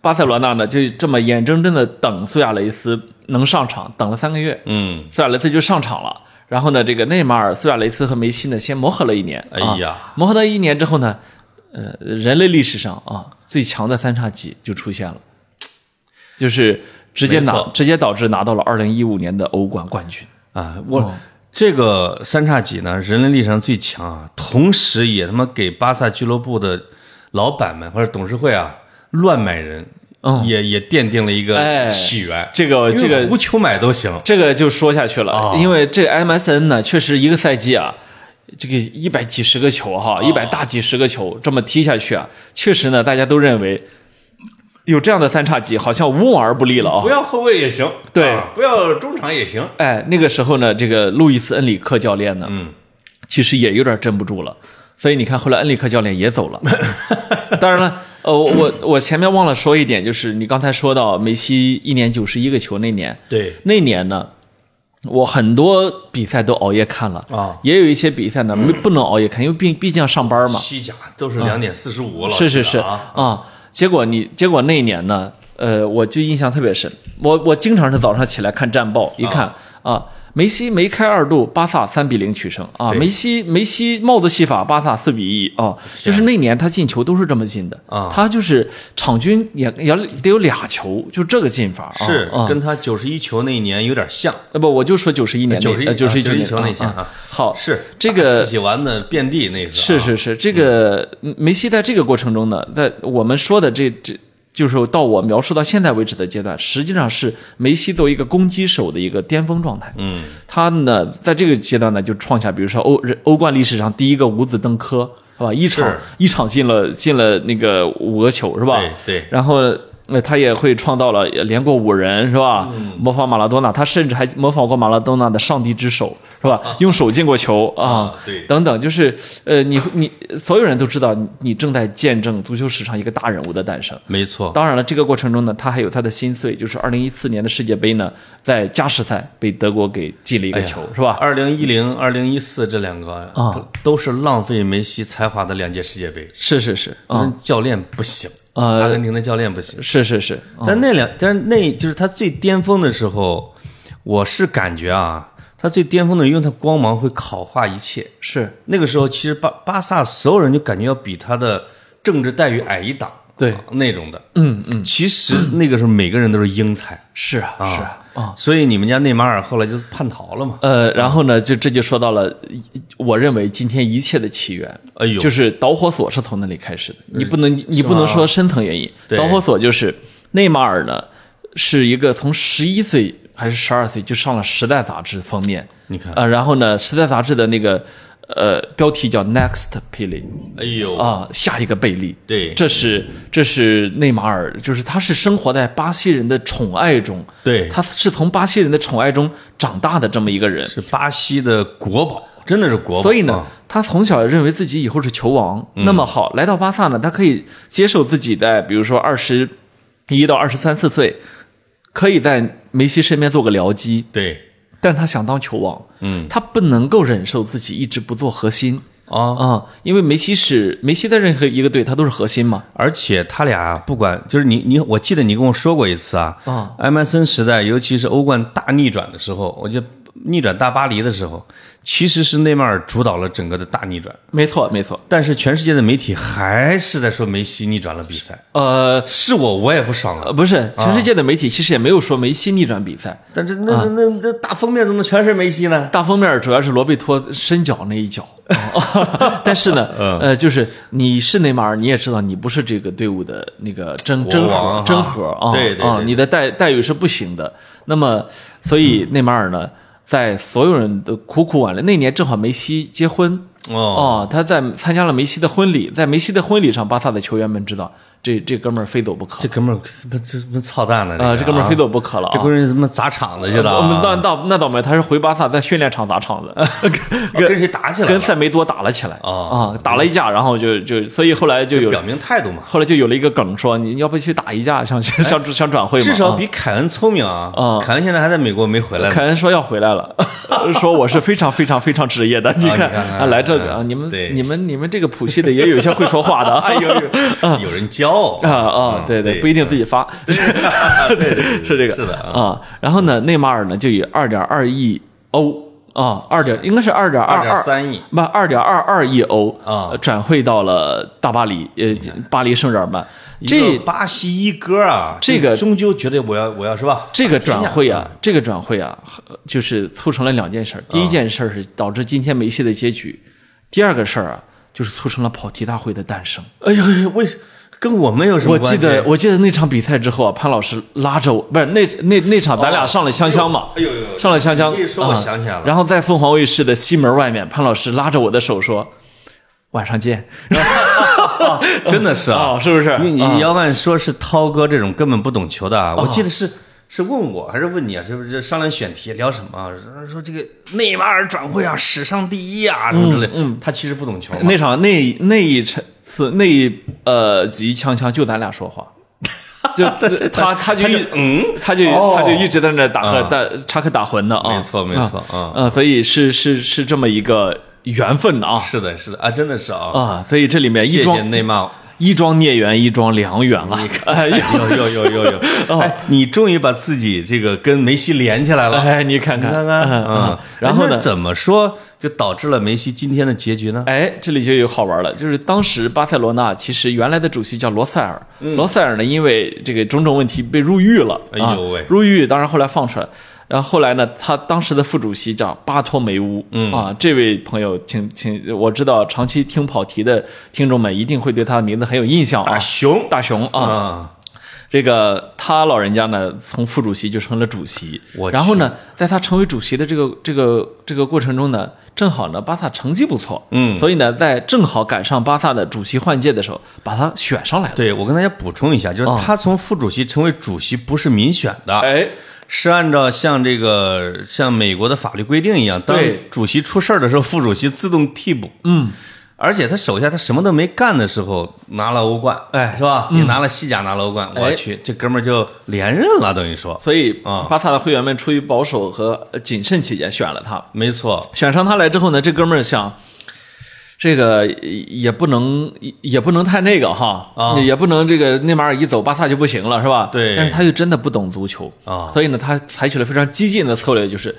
B: 巴塞罗那呢就这么眼睁睁的等苏亚雷斯能上场，等了三个月，
A: 嗯，
B: 苏亚雷斯就上场了。然后呢，这个内马尔、苏亚雷斯和梅西呢先磨合了一年，
A: 哎呀
B: 啊，磨合到一年之后呢，呃，人类历史上啊最强的三叉戟就出现了，就是直接
A: 没
B: 拿
A: 错
B: 直接导致拿到了二零一五年的欧冠冠军。
A: 啊，我、
B: 哦
A: 这个三叉戟呢，人类历史上最强啊，同时也他妈给巴萨俱乐部的老板们或者董事会啊乱买人，
B: 嗯
A: 也也奠定了一
B: 哎
A: 个起源。
B: 这个
A: 因为
B: 这个哦
A: 胡球买都行，
B: 这个就说下去了，
A: 哦
B: 因为这 MSN 呢，确实一个赛季啊，这个一百几十个球
A: 哦
B: 哈，一百大几十个球这么踢下去啊，确实呢，大家都认为有这样的三叉戟，好像无往而不利了啊
A: 不。要后卫也行，
B: 对
A: 啊不要中场也行。
B: 哎，那个时候呢，这个路易斯恩里克教练呢，
A: 嗯，
B: 其实也有点镇不住了。所以你看，后来恩里克教练也走
A: [LAUGHS]
B: 了。当然了，呃，我我我前面忘了说一点，就是你刚才说到梅西一年九十一个球那年，
A: 对，
B: 那年呢，我很多比赛都熬夜看了
A: 啊嗯
B: 也有一些比赛呢没不能熬夜看，因为毕毕竟要上班嘛。嗯
A: 西甲都是两点四十五了，
B: 是是是
A: 啊，
B: 结果你结果那一年呢，呃，我就印象特别深，我我经常是早上起来看战报，一看啊。梅西梅开二度，巴萨三比零取胜啊！
A: 对
B: 梅西梅西帽子戏法，巴萨四比一啊！就是那年他进球都是这么进的
A: 啊
B: 他就是场均也也得有俩球，就这个进法啊
A: 是
B: 啊
A: 跟他九十一球那一年有点像，
B: 呃不，我就说九十一年那
A: 91
B: 呃91
A: 啊91球那
B: 那
A: 天啊
B: 啊。好，
A: 是
B: 这个
A: 四喜丸子遍地那次啊，
B: 是是是，这个梅西在这个过程中呢，在我们说的这这。就是到我描述到现在为止的阶段，实际上是梅西作为一个攻击手的一个巅峰状态。
A: 嗯，
B: 他呢，在这个阶段呢，就创下，比如说欧人欧冠历史上第一个五子登科，是吧？一场
A: 是
B: 一场进了进了那个五个球，是吧？
A: 对对
B: 然后呃，他也会创造了呃连过五人，是吧？模仿马拉多纳，他甚至还模仿过马拉多纳的上帝之手，是吧？用手进过球啊
A: 啊，对
B: 等等，就是呃，你你所有人都知道你，你正在见证足球史上一个大人物的诞生。
A: 没错，
B: 当然了，这个过程中呢，他还有他的心碎，就是二零一四年的世界杯呢，在加时赛被德国给进了一个球，是吧？
A: 二零一零、二零一四这两个
B: 啊
A: 都都是浪费梅西才华的两届世界杯。
B: 是是是，啊、
A: 那教练不行，
B: 呃
A: 阿根廷的教练不行。
B: 是是是，啊
A: 但那两，但是那就是他最巅峰的时候，我是感觉啊，他最巅峰的，因为他光芒会烤化一切。
B: 是，
A: 那个时候，其实巴巴萨所有人就感觉要比他的政治待遇矮一档，
B: 对
A: 啊那种的。
B: 嗯嗯，
A: 其实那个时候每个人都是英才
B: 是啊
A: 啊，
B: 是啊，啊。
A: 所以你们家内马尔后来就叛逃了嘛？
B: 呃，然后呢，就这就说到了，我认为今天一切的起源，
A: 哎呦
B: 就是导火索是从那里开始的。你不能，你不能说深层原因，
A: 对
B: 导火索就是内马尔呢是一个从十一岁还是十二岁就上了《时代》杂志封面，
A: 你看
B: 呃，然后呢，《时代》杂志的那个呃标题叫 “Next 霹雳”，
A: 哎呦，
B: 啊，下一个贝利。
A: 对
B: 这是这是内马尔，就是他是生活在巴西人的宠爱中，
A: 对
B: 他是从巴西人的宠爱中长大的这么一个人，
A: 是巴西的国宝，真的是国宝。
B: 所以呢
A: 啊，，嗯
B: 他从小认为自己以后是球王。那么好，来到巴萨呢，他可以接受自己在比如说二十一到二十三四岁，可以在梅西身边做个僚机，
A: 对，
B: 但他想当球王，
A: 嗯
B: 他不能够忍受自己一直不做核心。
A: 啊，
B: 啊、因为梅西是梅西在任何一个队，他都是核心嘛。
A: 而且他俩不管，就是你你，我记得你跟我说过一次啊，
B: 啊
A: 埃曼森时代，尤其是欧冠大逆转的时候，我记得逆转大巴黎的时候，其实是内马尔主导了整个的大逆转，
B: 没错，没错。
A: 但是全世界的媒体还是在说梅西逆转了比赛，
B: 呃
A: 是我我也不爽啊
B: 呃，，不是，全世界的媒体其实也没有说梅西逆转比赛，
A: 但是
B: 啊
A: 那、那那那大封面怎么全是梅西呢？
B: 大封面主要是罗贝托伸脚那一脚。 [LAUGHS] 但是呢，
A: 嗯
B: 呃，就是你是内马尔，你也知道你不是这个队伍的那个真真
A: 国王
B: 核
A: 啊
B: 真核啊，
A: 对对对
B: 啊，你的待待遇是不行的。那么，所以内马尔呢，在所有人的苦苦挽留，那年正好梅西结婚。
A: 哦，
B: 哦，他在参加了梅西的婚礼，在梅西的婚礼上，巴萨的球员们知道这这哥们儿非走不可
A: 这哥们儿这这这操蛋呢？
B: 啊，
A: 这
B: 这
A: 个
B: 哥们
A: 啊
B: 儿非走不可了啊！
A: 这闺女怎么砸场子去了
B: 我们
A: 啊？
B: 那那那倒霉，他是回巴萨在训练场砸场子，
A: [LAUGHS] 哦跟跟谁打起来
B: 跟
A: 了？
B: 塞梅多打了起来
A: 哦
B: 啊，打了一架，然后就就所以后来就
A: 表
B: 有
A: 明态度嘛。
B: 后来就有了一个梗说，你你要不去打一架，想想想转会嘛？
A: 至少
B: 啊
A: 比凯恩聪明啊！
B: 啊
A: 凯恩现在还在美国没回来呢。
B: 凯恩说要回来了， [LAUGHS] 说我是非常非常非常职业的，你看
A: 你看看
B: 啊，来这个啊，你们
A: 对
B: 你们你们这个谱系的也有一些会说话的啊
A: [LAUGHS] 哎呦呦，有人骄傲
B: 啊啊，对
A: 对，
B: 对，不一定自己发，
A: 对对对
B: 是这个，
A: 是的啊，
B: 啊。然后呢，内马尔呢就以二点二亿欧啊，二点应该是二点二二
A: 2.3亿，
B: 不二点二二亿欧
A: 啊
B: 呃转会到了大巴黎，呃，巴黎圣日耳曼。
A: 一个
B: 这
A: 巴西一哥啊，
B: 这个
A: 终究觉得我要我要是吧？哎
B: 这个转会啊，这个转会啊，呃就是促成了两件事儿。第一件事儿是导致今天梅西的结局，第二个事儿啊，就是促成了跑题大会的诞生。
A: 哎呦，哎呦为什跟我们有什
B: 我
A: 么关
B: 记
A: 系？
B: 得我记得那场比赛之后啊，潘老师拉着我，不是那那那场咱俩上了香香嘛，
A: 哎呦哎呦哎呦
B: 上了香香，
A: 你这一说我
B: 啊
A: 想起来了
B: 然后在凤凰卫视的西门外面，潘老师拉着我的手说：“晚上见。
A: 真的是啊
B: 哦，是不是
A: 你
B: 啊哦
A: 你要按说是涛哥这种根本不懂球的啊，我记得是是问我还是问你啊？这不是商量选题聊什么啊？说说这个内马尔转会啊，史上第一啊什么之类。嗯，他其实不懂球嘛。
B: 那场那那一场次那一呃集锵锵就咱俩
A: [LAUGHS]
B: 说话。就他他就一嗯，他就
A: 哦
B: 他就一直在那打呵
A: 啊
B: 打插科打诨的啊，
A: 没错没错
B: 啊
A: 啊，
B: 呃所以是是是这么一个缘分的啊
A: 是的，是的啊，真的是啊。
B: 啊，所以这里面一
A: 谢
B: 桩
A: 谢内马尔。
B: 一桩孽缘，一桩良缘啊！哎呦，
A: 有有有有 [LAUGHS] 有！哎，你终于把自己这个跟梅西连起来了。
B: 哎，你看
A: 你
B: 看，
A: 看看，嗯
B: 嗯，，然后
A: 哎那
B: 呢？
A: 怎么说就导致了梅西今天的结局呢？
B: 哎，这里就有好玩了，就是当时巴塞罗那其实原来的主席叫罗塞尔，罗塞尔呢因为这个种种问题被入狱了，
A: 嗯哎
B: 啊
A: 呦喂
B: 入狱，当然后来放出来。然后后来呢，他当时的副主席叫巴托梅乌，嗯啊，这位朋友，请请，我知道长期听跑题的听众们一定会对他的名字很有印象啊，
A: 熊
B: 大熊啊，
A: 啊，
B: 这个他老人家呢，从副主席就成了主席
A: 我。去
B: 然后呢，在他成为主席的这个这个这个过程中呢，正好呢，巴萨成绩不错，嗯，所以呢，在正好赶上巴萨的主席换届的时候，把他选上来了。
A: 对我跟大家补充一下，就是他从副主席成为主席不是民选的，
B: 哎，
A: 是按照像这个像美国的法律规定一样，当
B: 对
A: 主席出事儿的时候，副主席自动替补。嗯。而且他手下他什么都没干的时候拿了欧冠，
B: 哎
A: 是吧？也拿了西甲，拿了欧冠，我
B: 哎
A: 去，这哥们儿就连任了，等于说，
B: 所以
A: 啊
B: 巴萨的会员们出于保守和呃谨慎起见，选了他。
A: 没错，
B: 选上他来之后呢，这哥们儿想，这个也也不能也也不能太那个哈，
A: 啊
B: 也不能这个内马尔一走，巴萨就不行了，是吧？
A: 对
B: 但是他又真的不懂足球
A: 啊
B: 所以呢，他采取了非常激进的策略，就是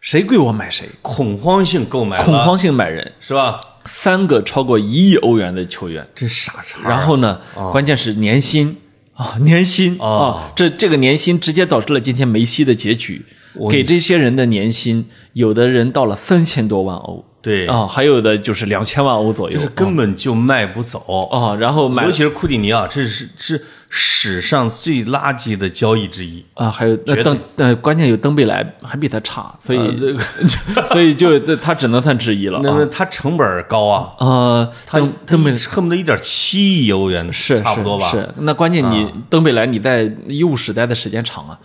B: 谁贵我买谁，
A: 恐慌性购买了，
B: 恐慌性买人，
A: 是吧？
B: 三个超过一亿欧元的球员，
A: 真傻叉啊。
B: 然后呢，关键是年薪啊，年薪啊，
A: 哦
B: 这这个年薪直接导致了今天梅西的结局。
A: 我
B: 给这些人的年薪，有的人到了三千多万欧，
A: 对
B: 啊、还有的就是两千万欧左右，
A: 就是根本就卖不走
B: 啊、然后买
A: 尤
B: 了
A: 其是库蒂尼奥，这是是史上最垃圾的交易之一。
B: 啊、还有那
A: 绝对
B: 登呃，关键有登贝莱还比他差，所以、
A: 啊这
B: [LAUGHS] 所以就这他只能算之一了
A: 那
B: 啊
A: 那他成本高啊，
B: 呃，
A: 他
B: 登
A: 他
B: 登贝
A: 们恨不得一点七亿欧元，
B: 是
A: 差不多吧？啊
B: 是是，那关键你、登贝莱你在医务室待的时间长啊，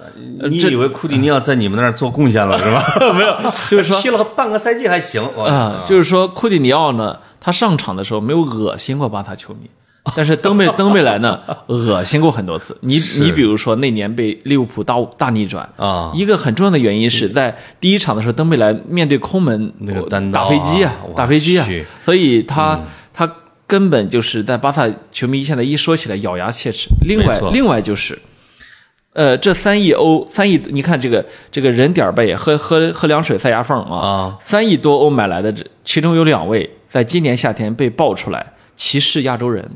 A: 你以为库蒂尼奥在你们那儿做贡献了是
B: [LAUGHS]
A: 吧？没有，
B: 就是说
A: 踢了半个赛季还行
B: 啊、
A: 啊，
B: 就是说库蒂尼奥呢，他上场的时候没有恶心过巴萨球
A: [LAUGHS]
B: 迷，但是登贝登贝莱呢，恶心过很多次。你你比如说那年被利物浦大大逆转
A: 啊
B: 一个很重要的原因是在第一场的时候，登贝莱面对空门
A: 那个单刀
B: 打
A: 啊
B: 飞机啊
A: 我，
B: 打飞机啊
A: 去，嗯
B: 所以他、他根本就是在巴萨球迷现在一说起来咬牙切齿。另
A: 没
B: 外
A: 错
B: 另外就是。呃，这三亿欧，三亿，你看这个这个人点儿背，喝喝喝凉水塞牙缝啊！
A: 啊，
B: 三亿多欧买来的这，其中有两位在今年夏天被爆出来歧视亚洲人，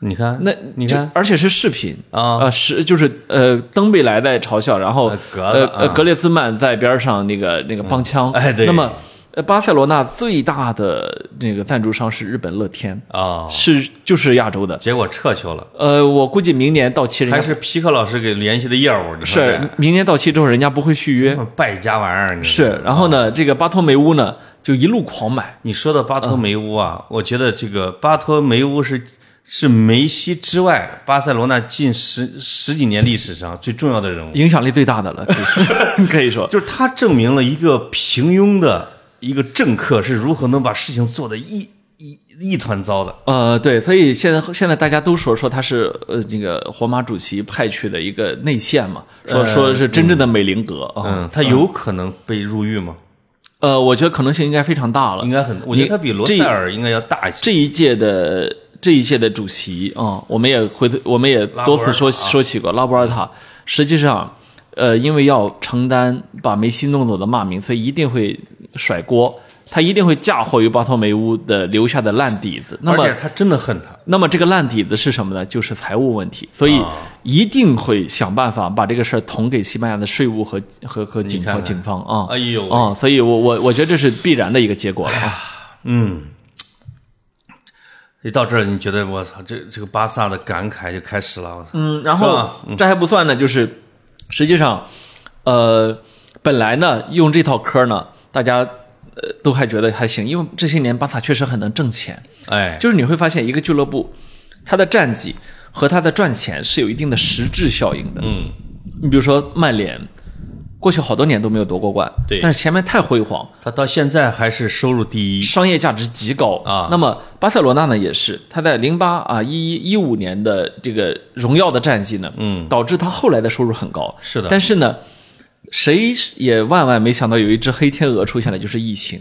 A: 你看
B: 那
A: 你
B: 就
A: 看，
B: 而且是视频
A: 啊
B: 呃，是就是呃，登贝莱在嘲笑，然后
A: 呃格
B: 呃
A: 子
B: 呃
A: 啊
B: 格列兹曼在边上那个那个帮腔，
A: 哎对
B: 那么呃巴塞罗那最大的那个赞助商是日本乐天，
A: 啊，
B: 是就是亚洲的，
A: 结果撤球了，
B: 呃，我估计明年到期人
A: 还
B: 家
A: 是皮克老师给联系的业务，你说
B: 是明年到期之后人家不会续约
A: 这，败家玩意儿，你
B: 是，然后呢，这个巴托梅乌呢就一路狂买。
A: 你说到巴托
B: 嗯
A: 梅乌啊，我觉得这个巴托梅乌是是梅西之外，巴塞罗那近十十几年历史上最重要的人物，
B: 影响力最大的了，可
A: [LAUGHS]
B: 以说，可以说，
A: 就是他证明了一个平庸的一个政客是如何能把事情做得一一一团糟的。
B: 呃，对，所以现在现在大家都说说他是呃那个皇马主席派去的一个内线嘛，说
A: 呃
B: 说是真正的美林格啊，
A: 嗯，他有可能被入狱吗？
B: 呃，我觉得可能性应该非常大了，
A: 应该很，我觉得他比罗
B: 这
A: 塞尔应该要大一些。
B: 这一届的这一届的主席啊、我们也回头，我们也多次说
A: 拉波尔塔
B: 说起过拉波尔塔。实际上，呃，因为要承担把梅西弄走的骂名，所以一定会甩锅，他一定会嫁祸于巴托梅乌的留下的烂底子。那
A: 而
B: 么
A: 且他真的恨他。
B: 那么这个烂底子是什么呢？就是财务问题，所以
A: 啊
B: 一定会想办法把这个事儿捅给西班牙的税务和和和警
A: 看
B: 方
A: 看
B: 警方啊。
A: 哎呦喂
B: 啊，所嗯以我我我觉得这是必然的一个结果了啊。
A: 嗯，一到这儿，你觉得我操，这这个巴萨的感慨就开始了，我操，
B: 嗯，然
A: 是
B: 后
A: 吧
B: 这还不算呢，就是实际上，呃，本来呢用这套嗑呢，大家呃都还觉得还行，因为这些年巴萨确实很能挣钱，
A: 哎，
B: 就是你会发现一个俱乐部，它的战绩和它的赚钱是有一定的实质效应的。
A: 嗯，
B: 你比如说曼联，过去好多年都没有夺过冠，
A: 对
B: 但是前面太辉煌，
A: 他到现在还是收入第一，
B: 商业价值极高
A: 啊
B: 那么巴塞罗那呢，也是他在零八啊一一一五年的这个荣耀的战绩呢，
A: 嗯，
B: 导致他后来的收入很高。
A: 是的
B: 但是呢，谁也万万没想到有一只黑天鹅出现了，就是疫情。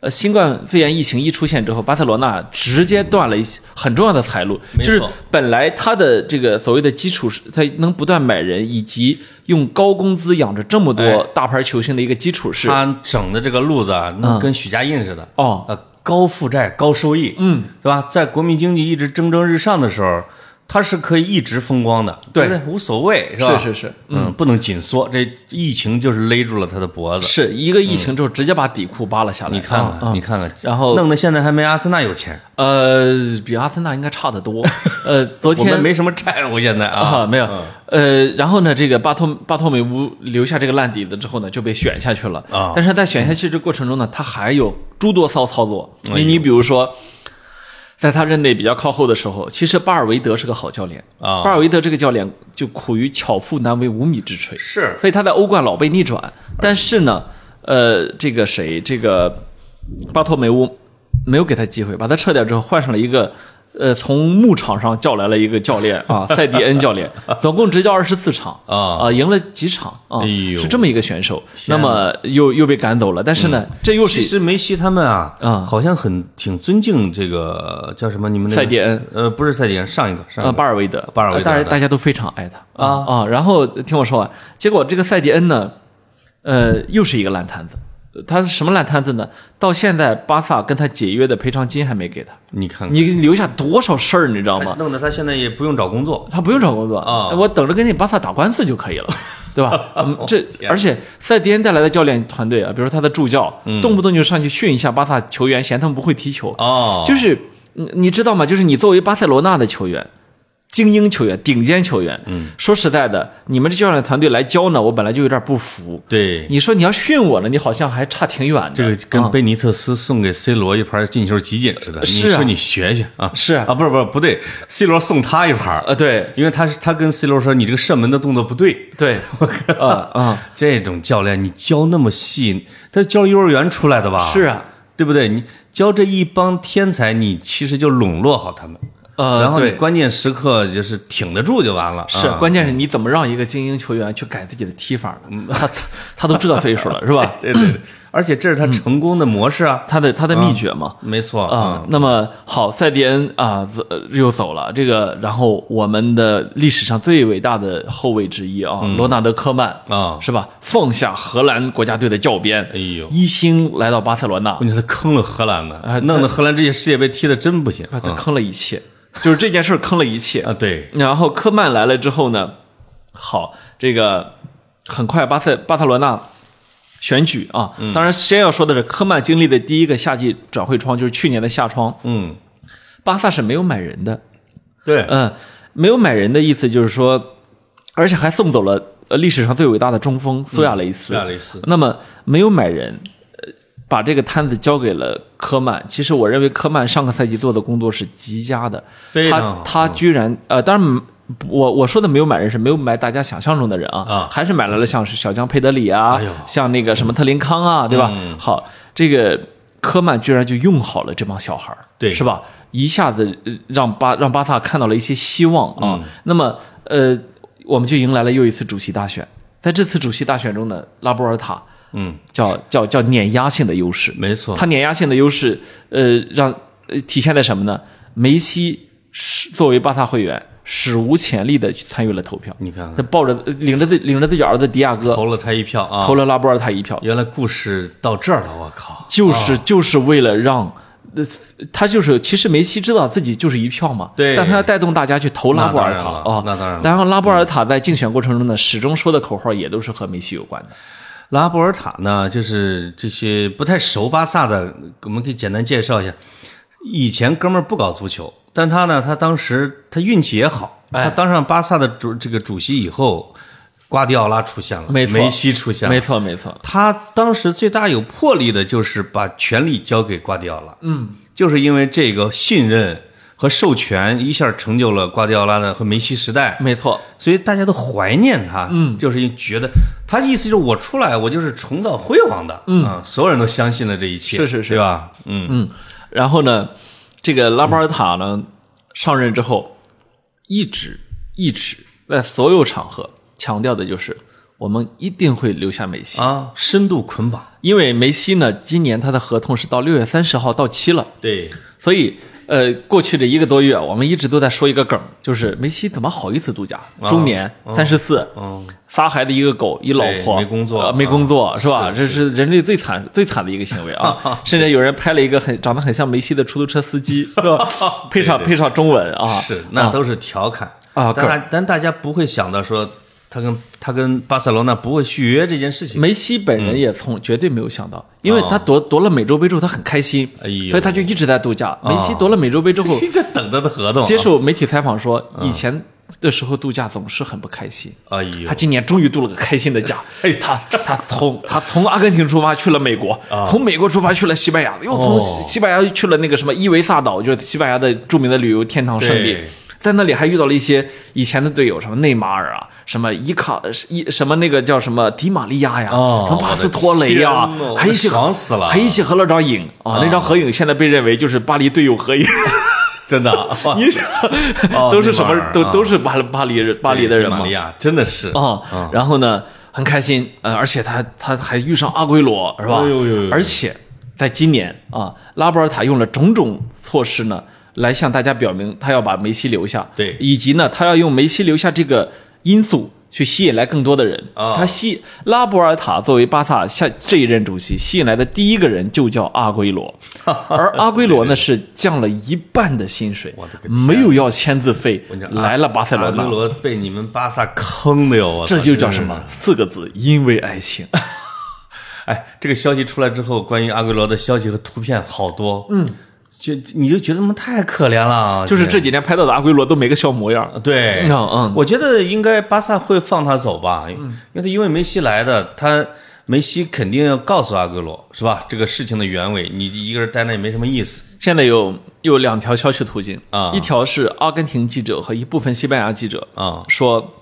B: 呃，新冠肺炎疫情一出现之后，巴塞罗那直接断了一些很重要的财路，
A: 没
B: 就
A: 错
B: 是本来它的这个所谓的基础是，它能不断买人，以及用高工资养着这么多
A: 哎
B: 大牌球星的一个基础是，
A: 他整的这个路子啊，那
B: 嗯
A: 跟许家印似的，
B: 哦，
A: 呃，高负债高收益，
B: 嗯，
A: 对吧？在国民经济一直蒸蒸日上的时候，它是可以一直风光的，
B: 对
A: 不对，无所谓，
B: 是
A: 吧？
B: 是是，
A: 嗯，不能紧缩，这疫情就是勒住了他的脖子。
B: 是一个疫情之后直接把底裤扒了下来。
A: 嗯你看
B: 啊啊
A: 看，你看看，
B: 然后
A: 弄得现在还没阿森纳有钱，
B: 呃，比阿森纳应该差得多。
A: [LAUGHS]
B: 呃，昨
A: 我
B: 天
A: 们没什么债务现在
B: 啊
A: 啊，
B: 没有
A: 嗯，
B: 呃，然后呢，这个巴托巴托梅乌留下这个烂底子之后呢，就被选下去了
A: 啊
B: 但是在选下去这过程中呢，他还有诸多骚操作。
A: 哎
B: 你你比如说。在他任内比较靠后的时候，其实巴尔维德是个好教练
A: 啊
B: 巴尔维德这个教练就苦于巧妇难为无米之炊，
A: 是
B: 所以他在欧冠老被逆转。但是呢，呃，这个谁，这个巴托梅乌没有给他机会，把他撤掉之后，换上了一个。呃，从牧场上叫来了一个教练啊，塞迪恩教
A: [LAUGHS]
B: 练，总共执教二十四场
A: 啊
B: 赢了几场啊，
A: 哎呦
B: 是这么一个选手。那
A: 哪嗯
B: 么又又被赶走了，但是呢，这又
A: 其
B: 是
A: 实梅西他们啊，
B: 嗯
A: 好像很挺尊敬这个叫什么你们那个
B: 塞蒂恩，
A: 呃，不是塞蒂恩，上一个上一个
B: 呃巴尔维德，
A: 嗯
B: 呃
A: 巴尔维德
B: 大家
A: 的
B: 大家都非常爱他
A: 啊
B: 啊。然后听我说完，结果这个塞迪恩呢，呃，又是一个烂摊子。他是什么烂摊子呢？到现在巴萨跟他解约的赔偿金还没给他，
A: 你看看，
B: 你留下多少事儿，你知道吗？
A: 弄得他现在也不用找工作，
B: 他不用找工作
A: 啊哦
B: 我等着跟你巴萨打官司就可
A: [LAUGHS]
B: 以了，对吧？嗯，这
A: 天
B: 而且塞迪恩带来的教练团队啊，比如说他的助教，
A: 嗯
B: 动不动就上去训一下巴萨球员，嫌他们不会踢球，
A: 哦，
B: 就是你你知道吗？就是你作为巴塞罗那的球员。精英球员、顶尖球员，嗯，说实在的，你们这教练团队来教呢，我本来就有点不服。
A: 对，
B: 你说你要训我呢，你好像还差挺远的。
A: 这个
B: 啊
A: 跟贝尼特斯送给 C 罗一盘进球集锦似的，
B: 是啊
A: 你说你学学啊？
B: 是啊
A: 啊，不是不是不对，C 罗送他一盘，
B: 呃，对
A: 因为他是他跟 C 罗说你这个射门的动作不对，
B: 对，啊啊，
A: 这种教练你教那么细，他教幼儿园出来的吧？
B: 是，啊，
A: 对不对？你教这一帮天才，你其实就笼络好他们，
B: 呃，
A: 然后你
B: 对
A: 关键时刻就是挺得住就完了。
B: 是，
A: 啊
B: 关键是你怎么让一个精英球员去改自己的踢法呢？嗯他他都这岁数了，是吧？
A: [LAUGHS] 对对对， [COUGHS] 而且这是他成功的模式啊，
B: 他的他的秘诀嘛。
A: 没错
B: 啊、，那么好，塞蒂恩啊、走呃又走了，这个，然后我们的历史上最伟大的后卫之一啊，罗纳德科曼
A: 嗯啊
B: 是吧？放下荷兰国家队的教鞭，
A: 哎呦嗯
B: 一心来到巴塞罗那，
A: 关键他坑了荷兰
B: 哎
A: 呢，弄得荷啊兰这啊些世界杯踢的真不行
B: 把他坑了一切，就是这件事儿坑了一切 [LAUGHS]
A: 啊！对，
B: 然后科曼来了之后呢，好，这个很快巴塞巴塞罗那选举啊，
A: 嗯
B: 当然先要说的是科曼经历的第一个夏季转会窗就是去年的夏窗，
A: 嗯，
B: 巴萨是没有买人的，
A: 对，
B: 嗯，没有买人的意思就是说，而且还送走了呃历史上最伟大的中锋苏亚雷斯，
A: 嗯苏亚雷斯
B: 那么没有买人。呃把这个摊子交给了科曼。其实我认为科曼上个赛季做的工作是极佳的，
A: 非常
B: 他
A: 好
B: 他居然呃，当然我我说的没有买人是没有买大家想象中的人啊，
A: 啊
B: 还是买来了像是小将佩德里啊，
A: 哎呦
B: 像那个什么特林康
A: 嗯
B: 啊，对吧？好，这个科曼居然就用好了这帮小孩儿，
A: 对
B: 是吧？一下子呃让巴让巴萨看到了一些希望
A: 嗯
B: 啊。那么呃，我们就迎来了又一次主席大选。在这次主席大选中呢，拉波尔塔
A: 嗯，
B: 叫叫叫碾压性的优势，
A: 没错，
B: 它碾压性的优势，呃，让呃体现在什么呢？梅西是作为巴萨会员，史无前例的参与了投票，
A: 你看
B: 他
A: 看，
B: 抱着呃领着自领着自己儿子迪亚哥
A: 投了他一票啊，
B: 投了拉波尔塔一票，
A: 原来故事到这儿了，我靠，
B: 就是就是为了让。呃，他就是，其实梅西知道自己就是一票嘛，
A: 对
B: 但他要带动大家去投拉波尔塔
A: 那当然了、
B: 啊
A: 那当然了
B: 然后拉波尔塔在竞选过程中呢，始终说的口号也都是和梅西有关的。
A: 拉波尔塔呢，就是这些不太熟巴萨的，我们可以简单介绍一下。以前哥们儿不搞足球，但他呢，他当时他运气也好，
B: 哎
A: 他当上巴萨的主这个主席以后，瓜迪奥拉出现了，
B: 没错
A: 梅西出现了
B: 没，错没错，
A: 他当时最大有魄力的就是把权力交给瓜迪奥拉，
B: 嗯，
A: 就是因为这个信任和授权，一下成就了瓜迪奥拉的和梅西时代，
B: 没错，
A: 所以大家都怀念他，
B: 嗯
A: 就是因为觉得他意思就是我出来，我就是重造辉煌的，
B: 嗯
A: 啊，所有人都相信了这一切，
B: 是是是
A: 对吧？嗯，
B: 嗯，然后呢，这个拉波尔塔呢、上任之后，一直一直在所有场合强调的就是我们一定会留下梅西，
A: 啊，深度捆绑，
B: 因为梅西呢今年他的合同是到六月三十号到期了，
A: 对，
B: 所以呃过去的一个多月我们一直都在说一个梗，就是梅西怎么好意思度假，中年三十四。34
A: 啊嗯，
B: 仨孩子一个狗一老婆，
A: 对没工作啊
B: 呃没工作是吧？
A: 是
B: 这是人类最惨最惨的一个行为
A: [LAUGHS]
B: 啊！甚至有人拍了一个很长得很像梅西的出租车司机，
A: [LAUGHS]
B: 是吧？配上配上中文啊，
A: 是，那都是调侃
B: 啊
A: 但大但大家不会想到说他跟他跟巴塞罗那不会续约这件事
B: [LAUGHS]
A: 情，
B: 梅西本
A: 嗯
B: 人也从、绝对没有想到，因为他夺夺了美洲杯之后，他很开心，
A: 啊哎呦啊
B: 所以他就一直在度假。梅西夺了美洲杯之后，
A: 这等着的合同啊，
B: 接受媒体采访说，
A: 啊
B: 以前的时候度假总是很不开心。
A: 哎呦
B: 他，今年终于度了个开心
A: [LAUGHS]
B: 的假，
A: 哎
B: 他他从他从阿根廷出发去了美国，从美国出发去了西班牙，又从
A: 啊哦
B: 西西班牙去了那个什么伊维萨岛，就是西班牙的著名的旅游天堂圣地
A: 对，
B: 在那里还遇到了一些以前的队友，什么内马尔啊，什么伊卡 [LAUGHS] 伊什么那个叫什么迪玛利亚呀，
A: 哦
B: 什么帕斯托雷呀
A: 我的天呐，
B: 还一起
A: 我都爽死了
B: 还一起合了张影啊，那张合影现在被认为就是巴黎队友合影。
A: 真的啊，哇
B: [LAUGHS] 你想，
A: 哦
B: [LAUGHS] 都是什
A: 内
B: 么
A: 马尔
B: 都
A: 啊
B: 都是巴黎巴黎人巴黎的人
A: 对
B: 嘛
A: 迪玛利，亚哎真的是
B: 啊、然后呢，很开心，呃，而且他他还遇上阿圭罗，是吧？
A: 哎呦呦呦呦
B: 而且在今年啊，拉波尔塔用了种种措施呢，来向大家表明他要把梅西留下，
A: 对
B: 以及呢，他要用梅西留下这个因素。去吸引来更多的人
A: 啊
B: 他吸拉波尔塔作为巴萨下这一任主席吸引来的第一个人就叫阿
A: [LAUGHS]
B: 圭罗，而阿圭罗呢是降了一半的薪水
A: 我的，个天啊
B: 没有要签字费
A: 我跟你，讲啊
B: 来了巴塞罗那
A: 阿。圭罗被你们巴萨坑的哟，我操
B: 这就叫什么？？四个字，因为爱情。
A: 哎，这个消息出来之后，关于阿圭罗的消息和图片好多，嗯，就你就觉得他们太可怜了啊，
B: [LAUGHS] 就是这几年拍到的阿圭罗都没个小模样。
A: 对，
B: 嗯嗯
A: 我觉得应该巴萨会放他走吧，因为他因为梅西来的，他梅西肯定要告诉阿圭罗是吧？这个事情的原委，你一个人待那也没什么意思。
B: 现在有有两条消息途径
A: 啊
B: 一条是阿根廷记者和一部分西班牙记者
A: 啊
B: 说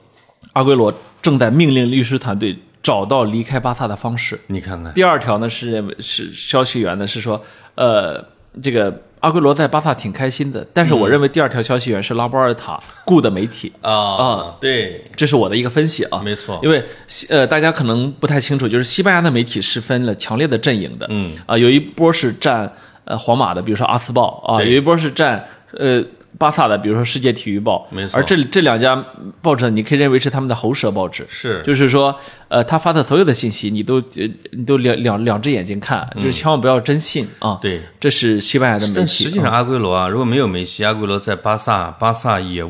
B: 阿圭罗正在命令律师团队找到离开巴萨的方式。
A: 你看看，
B: 第二条呢是认为是消息源呢是说，呃，这个阿圭罗在巴萨挺开心的，但是我认为第二条消息源是拉波尔塔雇的媒体。
A: 啊，对，
B: 这是我的一个分析啊，
A: 没错
B: 因为西呃，大家可能不太清楚，就是西班牙的媒体是分了强烈的阵营的，
A: 嗯
B: 啊、有一波是站呃皇马的，比如说阿斯报啊、
A: 对
B: 有一波是站呃巴萨的，比如说世界体育报，
A: 没错
B: 而这这两家报纸，你可以认为是他们的喉舌报纸，
A: 是
B: 就是说呃，他发的所有的信息，你都呃你都两两两只眼睛看，就是千万不要真信啊。
A: 嗯对
B: 这是西班牙的媒体。
A: 但实际上，
B: 嗯
A: 阿圭罗啊，如果没有梅西，阿圭罗在巴萨，巴萨也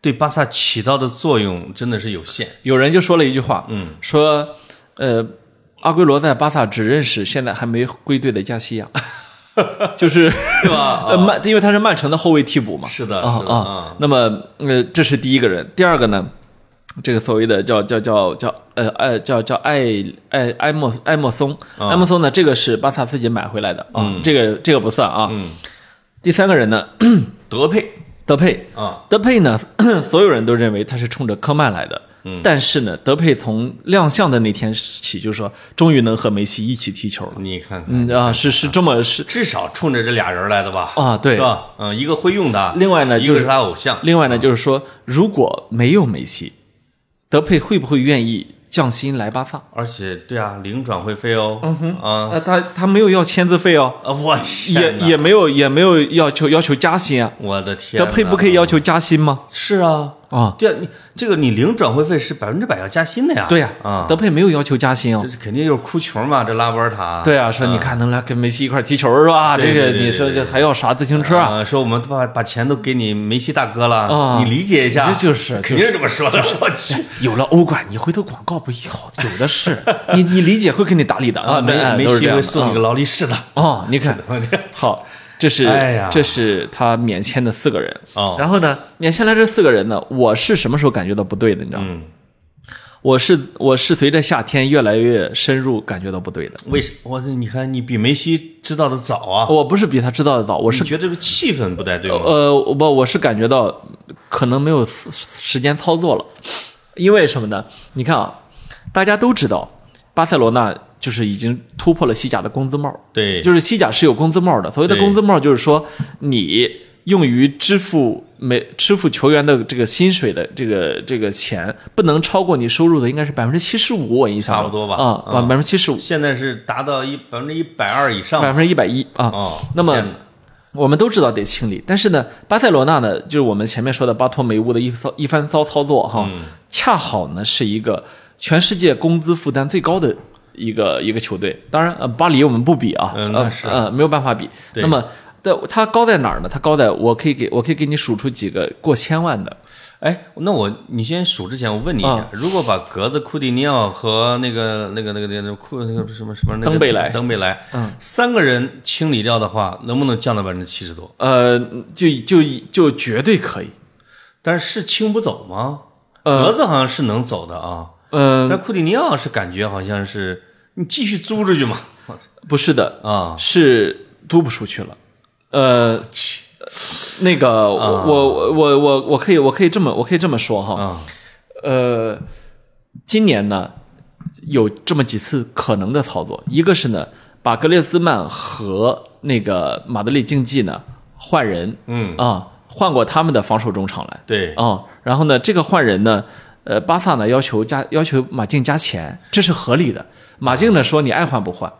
A: 对巴萨起到的作用真的是有限。
B: 有人就说了一句话，嗯，说，呃，阿圭罗在巴萨只认识现在还没归队的加西
A: [LAUGHS]
B: 亚，就是
A: 对吧
B: 呃曼，因为他是曼城的后卫替补嘛，
A: 哦是的
B: 啊
A: 是的
B: 啊
A: 嗯。
B: 那么呃，这是第一个人，第二个呢，这个所谓的叫叫叫叫呃艾叫叫艾艾艾莫艾莫松，
A: 哦
B: 艾莫松呢，这个是巴萨自己买回来的
A: 嗯
B: 啊，这个这个不算啊。第三个人呢，
A: 德佩
B: 德佩，
A: 啊，
B: 德佩呢， [CLEARS THROAT] 所有人都认为他是冲着科曼来的。嗯，但是呢，德佩从亮相的那天起就说，终于能和梅西一起踢球了。
A: 你看看，
B: 嗯啊，是是这么是。
A: 至少冲着这俩人来的吧？
B: 啊对
A: 是吧？嗯，一个会用他，
B: 另外呢
A: 一
B: 就
A: 个
B: 是
A: 是他偶像。
B: 另外呢，就是说，如果没有梅西，德佩会不会愿意降薪来巴萨？
A: 而且，对啊，零转会费哦，嗯哼，啊
B: 啊，他他没有要签字费哦，
A: 啊，我天
B: 也
A: 哪，
B: 也没有也没有要求要求加薪啊。
A: 我的天
B: 德
A: 哪，
B: 佩不可以要求加薪吗？
A: 是啊，
B: 啊，
A: 对啊，你这个你零转会费是百分之百要加薪的呀，
B: 对呀，
A: 啊，
B: 德佩没有要求加薪哦
A: 这。是肯定就是哭穷嘛，这拉波尔塔，
B: 对啊，说你看能来跟梅西一块儿踢球是吧？
A: 对
B: 这
A: 对
B: 个
A: 对对
B: 你说
A: 对
B: 这还要啥自行车啊？
A: 啊，说我们把把钱都给你梅西大哥了，
B: 啊
A: 你理解一下，
B: 这就是
A: 肯定是这么说的，我去。
B: 有了欧冠，你回头广告不也好有的是，你你理解会给你打理的啊，
A: 梅
B: 哎
A: 梅
B: 都是
A: 西
B: 这样
A: 会
B: 的
A: 送你个
B: 啊
A: 劳力士的，
B: 哦，你看好，这是、
C: 哎呀
B: 这是他免签的四个人。
A: [LAUGHS] 哦
B: 然后呢，免签来这四个人呢，我是什么时候感觉到不对的？你知道吗？
A: 嗯，
B: 我是我是随着夏天越来越深入感觉到不对的。
A: 为什我这你看你比梅西知道的早啊？
B: 我不是比他知道的早，我
A: 你
B: 是
A: 觉得这个气氛不太对吗？
B: 呃，我不，我是感觉到可能没有时时间操作了，因为什么呢？你看啊，大家都知道，巴塞罗那就是已经突破了西甲的工资帽，
A: 对，
B: 就是西甲是有工资帽的。所谓的
A: 对
B: 工资帽，就是说你用于支付每支付球员的这个薪水的这个这个钱，不能超过你收入的应该是百分之七十五，我印象
A: 差不多吧
B: 啊，
A: 嗯
B: 百分之七十五，
A: 现在是达到一百分之一百二以上
B: 百
A: 吧。
B: 分之一百一啊。
A: 哦，
B: 那么
A: 天哪
B: 我们都知道得清理，但是呢，巴塞罗那呢，就是我们前面说的巴托梅乌的一骚一番骚操作
A: 嗯
B: 哈，恰好呢是一个全世界工资负担最高的一个一个球队。当然，呃，巴黎我们不比啊，
A: 嗯
B: 呃
A: 那是
B: 呃没有办法比。
A: 对
B: 那么，但它高在哪儿呢？它高在我可以给我可以给你数出几个过千万的，
A: 哎，那我你先数之前，我问你一下
B: 啊，
A: 如果把格子、库蒂尼奥和那个、那个、那个、那个库那个什么什么那个
B: 登贝莱
A: 登贝莱
B: 嗯
A: 三个人清理掉的话，能不能降到百分之七十多？
B: 呃，就就就绝对可以。
A: 但是是清不走吗？
B: 呃
A: 格子好像是能走的啊，
B: 嗯、
A: 但库蒂尼奥是感觉好像是你继续租出去嘛，
B: 不是的，
A: 啊，
B: 是租不出去了。呃，那个，我、
A: 啊
B: 我我我我可以我可以这么我可以这么说哈，
A: 啊，
B: 呃，今年呢有这么几次可能的操作，一个是呢把格列兹曼和那个马德里竞技呢换人
A: 嗯，
B: 啊，换过他们的防守中场来
A: 对，
B: 啊，然后呢这个换人呢。呃，巴萨呢要求加要求马竞加钱，这是合理的。马竞呢说你爱换不换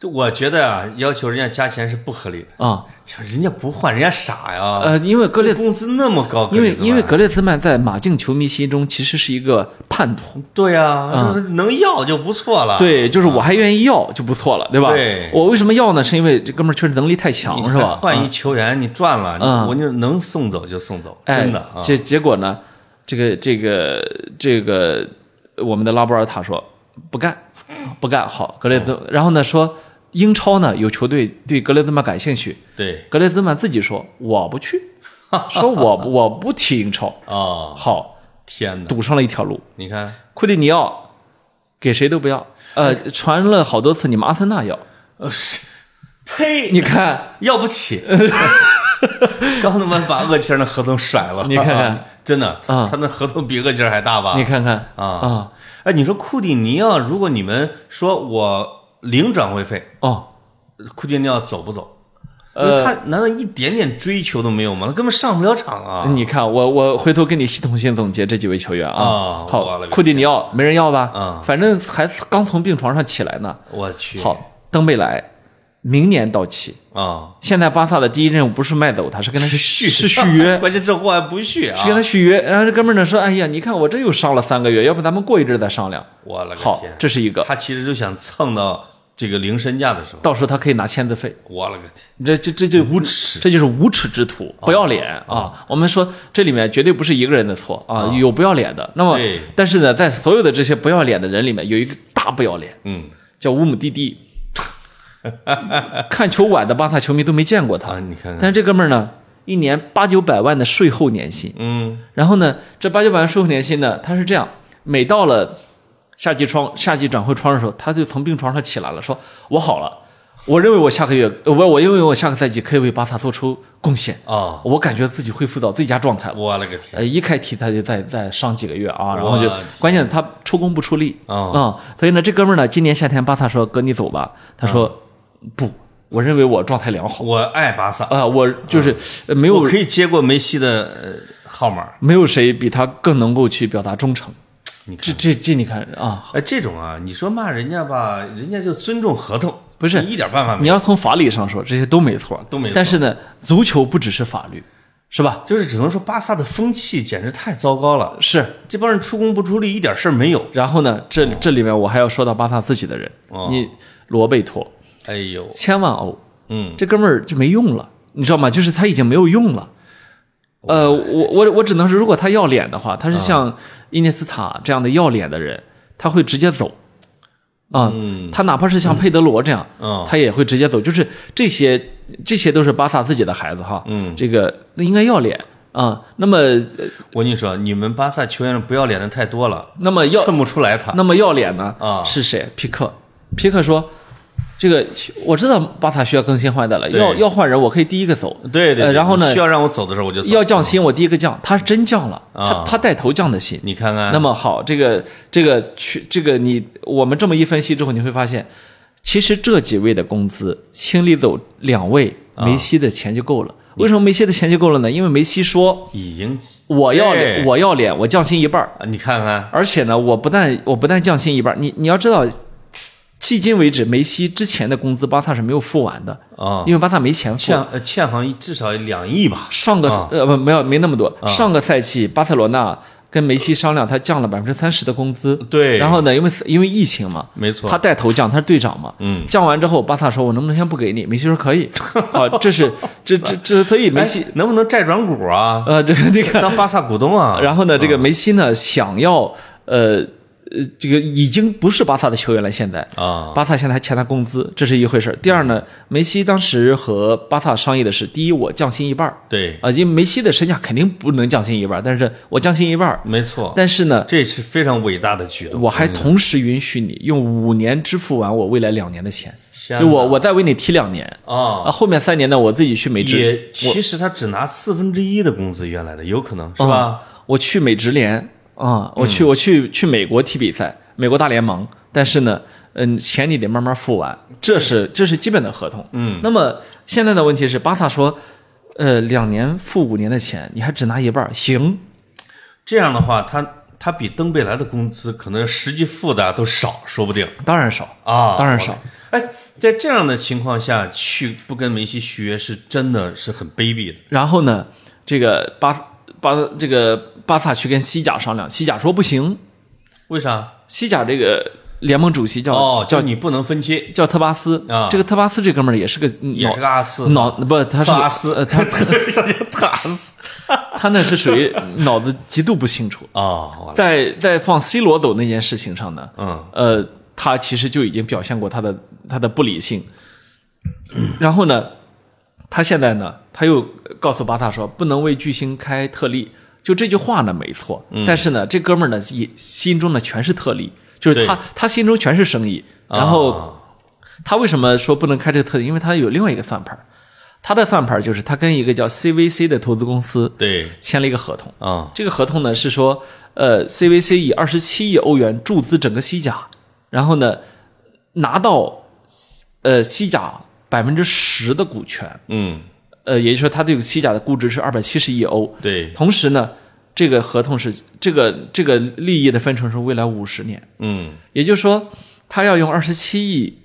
A: 就我觉得啊，要求人家加钱是不合理的，
B: 啊、
A: 人家不换，人家傻呀，
B: 呃，因为格列
A: 工资那么高，
B: 因为
A: 格里兹曼
B: 因为格列兹曼在马竞球迷心中其实是一个叛徒，
A: 对呀、就是能要就不错了，
B: 嗯对，就是我还愿意要就不错了，对吧？
A: 啊对
B: 我为什么要呢？是因为这哥们儿确实能力太
A: 你
B: 强，
A: 看
B: 是吧？
A: 哎换一
B: 啊
A: 球员你赚了，
B: 嗯
A: 你我就能送走就送走，
B: 哎
A: 真的啊。
B: 结结果呢，这个这个这个，我们的拉波尔塔说不干，不干好。格列兹，然后呢说英超呢有球队对格列兹曼感兴趣，
A: 对
B: 格列兹曼自己说我不去，说我我不 [LAUGHS] 踢英超，
A: 啊，
B: 好
A: 天哪！
B: 堵上了一条路。
A: 你看，
B: 库蒂尼奥给谁都不要，呃，传了好多次你们阿森纳要，
A: 呃，是呸，
B: 你看，
A: 要不
B: [LAUGHS]
A: 起，刚他妈把厄齐尔的合同甩了，
B: 你看看，
A: 真的，
B: 啊
A: 他那合同比厄齐尔还大吧？
B: 你看看
A: 啊
B: 啊
A: 哎，你说库蒂尼奥，如果你们说我零转会费，
B: 哦，
A: 库蒂尼奥走不走？因为
B: 呃
A: 他难道一点点追求都没有吗？他根本上不了场啊！
B: 呃你看我我回头给你系统性总结这几位球员啊嗯
A: 啊，我
B: 好
A: 了，解
B: 库蒂尼奥没人要吧？
A: 啊
B: 反正还刚从病床上起来呢。
A: 我去，
B: 好，登贝莱明年到期，
A: 啊，
B: 现在巴萨的第一任务不是卖走他，是跟他
A: 续
B: 是续 [LAUGHS] 啊约。
A: [LAUGHS] 关键这货还不续啊！
B: 是跟他续约，然后这哥们儿呢说：“哎呀，你看我这又伤了三个月，要不咱们过一阵儿再商量。
A: 我了”个
B: 好
A: 天，！
B: 这是一个，
A: 他其实就想蹭到这个零身价的时候，
B: 到时候他可以拿签字费。
A: 我了个天！
B: 你这这这就无耻，这就是无耻之徒，不要脸啊！我们说这里面绝对不是一个人的错啊，有不要脸的。那么
A: 对，
B: 但是呢，在所有的这些不要脸的人里面，有一个大不要脸，
A: 嗯
B: 叫乌姆蒂蒂。 [LAUGHS] 看球晚的巴萨球迷都没见过他，
A: 啊，你看
B: 但
A: 看，
B: 是这哥们儿呢，一年八九百万的税后年薪，
A: 嗯
B: 然后呢，这八九百万税后年薪呢，他是这样，每到了夏季窗夏季转会窗的时候，他就从病床上起来了，说：“我好了，我认为我下个月，呃我我认为我下个赛季可以为巴萨做出贡献，
A: 啊，
B: 我感觉自己恢复到最佳状态了。”
A: 我了个天！
B: 呃，一开踢他就再再上几个月啊，然后就
A: 我天
B: 关键他出工不出力啊、
A: 哦
B: 所以呢，这哥们儿呢，今年夏天巴萨说哥你走吧，他说、不，我认为我状态良好
A: 我爱巴萨，
B: 啊、我就是呃没有
A: 我可以接过梅西的呃号码。
B: 没有谁比他更能够去表达忠诚。
A: 你看
B: 这，这这你看啊，
A: 哎，这种啊，你说骂人家吧，人家就尊重合同，
B: 不是
A: 你一点办法没
B: 你
A: 有，
B: 要从法理上说，这些都没错，
A: 都没错
B: 但是呢，足球不只是法律，是吧？
A: 就是只能说巴萨的风气简直太糟糕了，
B: 是。
A: 这帮人出工不出力，一点事儿没有。
B: 然后呢，这这里面我还要说到巴萨自己的人，
A: 哦
B: 你罗贝托
A: 哎呦，
B: 千万欧，
A: 嗯，
B: 这哥们儿就没用了，你知道吗？就是他已经没有用了。呃，我我我只能说，如果他要脸的话，他
A: 嗯
B: 是像伊涅斯塔这样的要脸的人，他会直接走。啊、他哪怕是像佩德罗这样，
A: 嗯
B: 他也会直接走。就是这些这些都是巴萨自己的孩子哈，
A: 嗯
B: 这个那应该要脸啊。那么呃
A: 我跟你说，你们巴萨球员不要脸的太多了，
B: 那么要
A: 衬不出来他。
B: 那么要脸呢？
A: 啊
B: 是谁？皮克。皮克说：“这个我知道巴萨需要更新换代了，
A: 对
B: 要要换人，我可以第一个走。
A: 对对对
B: 呃然后呢
A: 需要让我走的时候我就走。
B: 要降薪，我第一个降。他是真降了，
A: 啊
B: 他他带头降的薪。
A: 你看看，
B: 那么好，这个这个去这个你我们这么一分析之后，你会发现，其实这几位的工资清理走两位，梅西的钱就够了。为什么梅西的钱就够了呢？因为梅西说
A: 已经
B: 我要
A: 对
B: 脸，我要脸，我降薪一半儿。
A: 啊你看看，
B: 而且呢，我不但我不但降薪一半儿，你你要知道，迄今为止梅西之前的工资巴萨是没有付完的，
A: 啊，
B: 因为巴萨没钱付
A: 欠。呃欠好像至少两亿吧。
B: 上个、
A: 啊
B: 呃不没有没那么多，上个赛季巴塞罗那跟梅西商量，他降了百分之三十的工资。
A: 对
B: 然后呢，因为因为疫情嘛，
A: 没错
B: 他带头降，他是队长嘛。
A: 嗯
B: 降完之后，巴萨说：“我能不能先不给你？”梅西说：“可以。”好，
A: [LAUGHS]
B: 这是这这这，所以梅西
A: 哎能不能债转股啊？
B: 呃，这个这个
A: 当巴萨股东啊？
B: 然后呢，这个梅西呢，想要呃呃，这个已经不是巴萨的球员了，现在。
A: 啊，
B: 巴萨现在还欠他工资，这是一回事儿。第二呢，梅西当时和巴萨商议的是，第一，我降薪一半儿
A: 对，
B: 啊，因为梅西的身价肯定不能降薪一半儿，但是我降薪一半儿，
A: 没错，
B: 但是呢，
A: 这是非常伟大的举动。
B: 我还同时允许你用五年支付完我未来两年的钱，
A: 天哪
B: 就我我再为你踢两年
A: 啊
B: 啊，，后面三年呢我自己去美职，
A: 也其实他只拿四分之一的工资，原来的有可能是吧？
B: 啊我去美职联啊，我去我去去美国踢比赛，美国大联盟，但是呢，嗯，钱你得慢慢付完，这是这是基本的合同。嗯，那么现在的问题是，巴萨说，呃，两年付五年的钱，你还只拿一半儿，行，
A: 这样的话，他他比登贝莱的工资可能实际付的都少，说不定
B: 当然少，
A: 啊。
B: 当然少。
A: 哎，在这样的情况下去不跟梅西续约，是真的是很卑鄙的。
B: 然后呢，这个巴巴这个巴萨去跟西甲商量，西甲说不行，
A: 为啥？
B: 西甲这个联盟主席叫、
A: 哦，
B: 叫
A: 叫你不能分期，
B: 叫特巴斯
A: 啊
B: 这个特巴斯这哥们儿也是个
A: 也
B: 脑
A: 是个阿四， [LAUGHS]
B: 脑不，他是
A: 特
B: 个
A: 阿斯 [LAUGHS]
B: 呃，他他
A: 打死。
B: 他那是属于脑子极度不清楚
A: 啊！完了
B: 在在放 C 罗走那件事情上呢，
A: 嗯，
B: 呃，他其实就已经表现过他的他的不理性。然后呢，他现在呢，他又告诉巴萨说，不能为巨星开特例。就这句话呢，没错。但是呢，这哥们儿呢，也心中呢全是特例，就是他他心中全是生意。然后
A: 啊
B: 他为什么说不能开这个特例？因为他有另外一个算盘儿，他的算盘儿就是他跟一个叫 CVC 的投资公司
A: 对
B: 签了一个合同。
A: 啊，
B: 这个合同呢是说，呃，CVC 以二十七亿欧元注资整个西甲，然后呢拿到呃西甲百分之十的股权，
A: 嗯，
B: 呃，也就是说他对西甲的估值是二百七十亿欧。
A: 对，
B: 同时呢，这个合同是这个这个利益的分成是未来五十年，
A: 嗯，
B: 也就是说，他要用二十七亿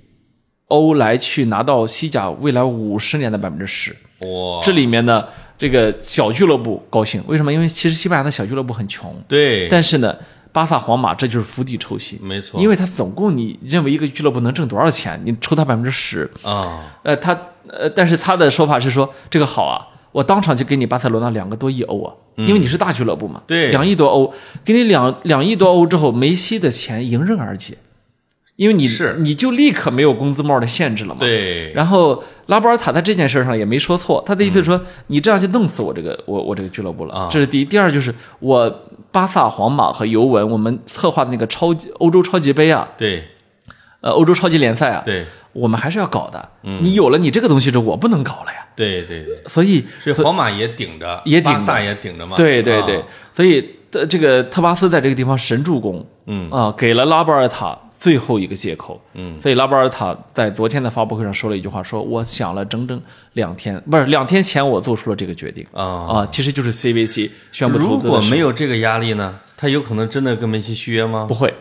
B: 欧来去拿到西甲未来五十年的百分之十。
A: 哇，
B: 这里面呢，这个小俱乐部高兴，为什么？因为其实西班牙的小俱乐部很穷，
A: 对，
B: 但是呢，巴萨、皇马这就是釜底抽薪，
A: 没错，
B: 因为他总共你认为一个俱乐部能挣多少钱，你抽他百分之十，
A: 啊，
B: 呃，他呃，但是他的说法是说这个好啊。我当场就给你巴塞罗那两个多亿欧啊，因为你是大俱乐部嘛，
A: 嗯对
B: 两亿多欧，给你两两亿多欧之后，梅西的钱迎刃而解，因为你
A: 是
B: 你就立刻没有工资帽的限制了嘛，
A: 对，
B: 然后拉波尔塔在这件事上也没说错，他的意思是说，你这样就弄死我这个我我这个俱乐部了，
A: 嗯啊
B: 这是第一。第二就是我巴萨、皇马和尤文，我们策划的那个超级欧洲超级杯啊，
A: 对
B: 呃，欧洲超级联赛啊，
A: 对嗯
B: 我们还是要搞的。你有了你这个东西之后，我不能搞了呀。
A: 对对对，
B: 所以，
A: 所以皇马也顶着，
B: 也顶
A: 巴
B: 着
A: 萨也顶着嘛，
B: 对对对
A: 啊，，
B: 所以呃这个特巴斯在这个地方神助攻，
A: 嗯
B: 啊，给了拉波尔塔最后一个借口，
A: 嗯，
B: 所以拉波尔塔在昨天的发布会上说了一句话，说我想了整整两天，不是两天前我做出了这个决定
A: 啊。
B: 啊，其实就是 CVC 宣布投
A: 如
B: 资的
A: 果
B: 时候
A: 没有这个压力呢，他有可能真的跟梅西续约吗 [LAUGHS]
B: 不？会，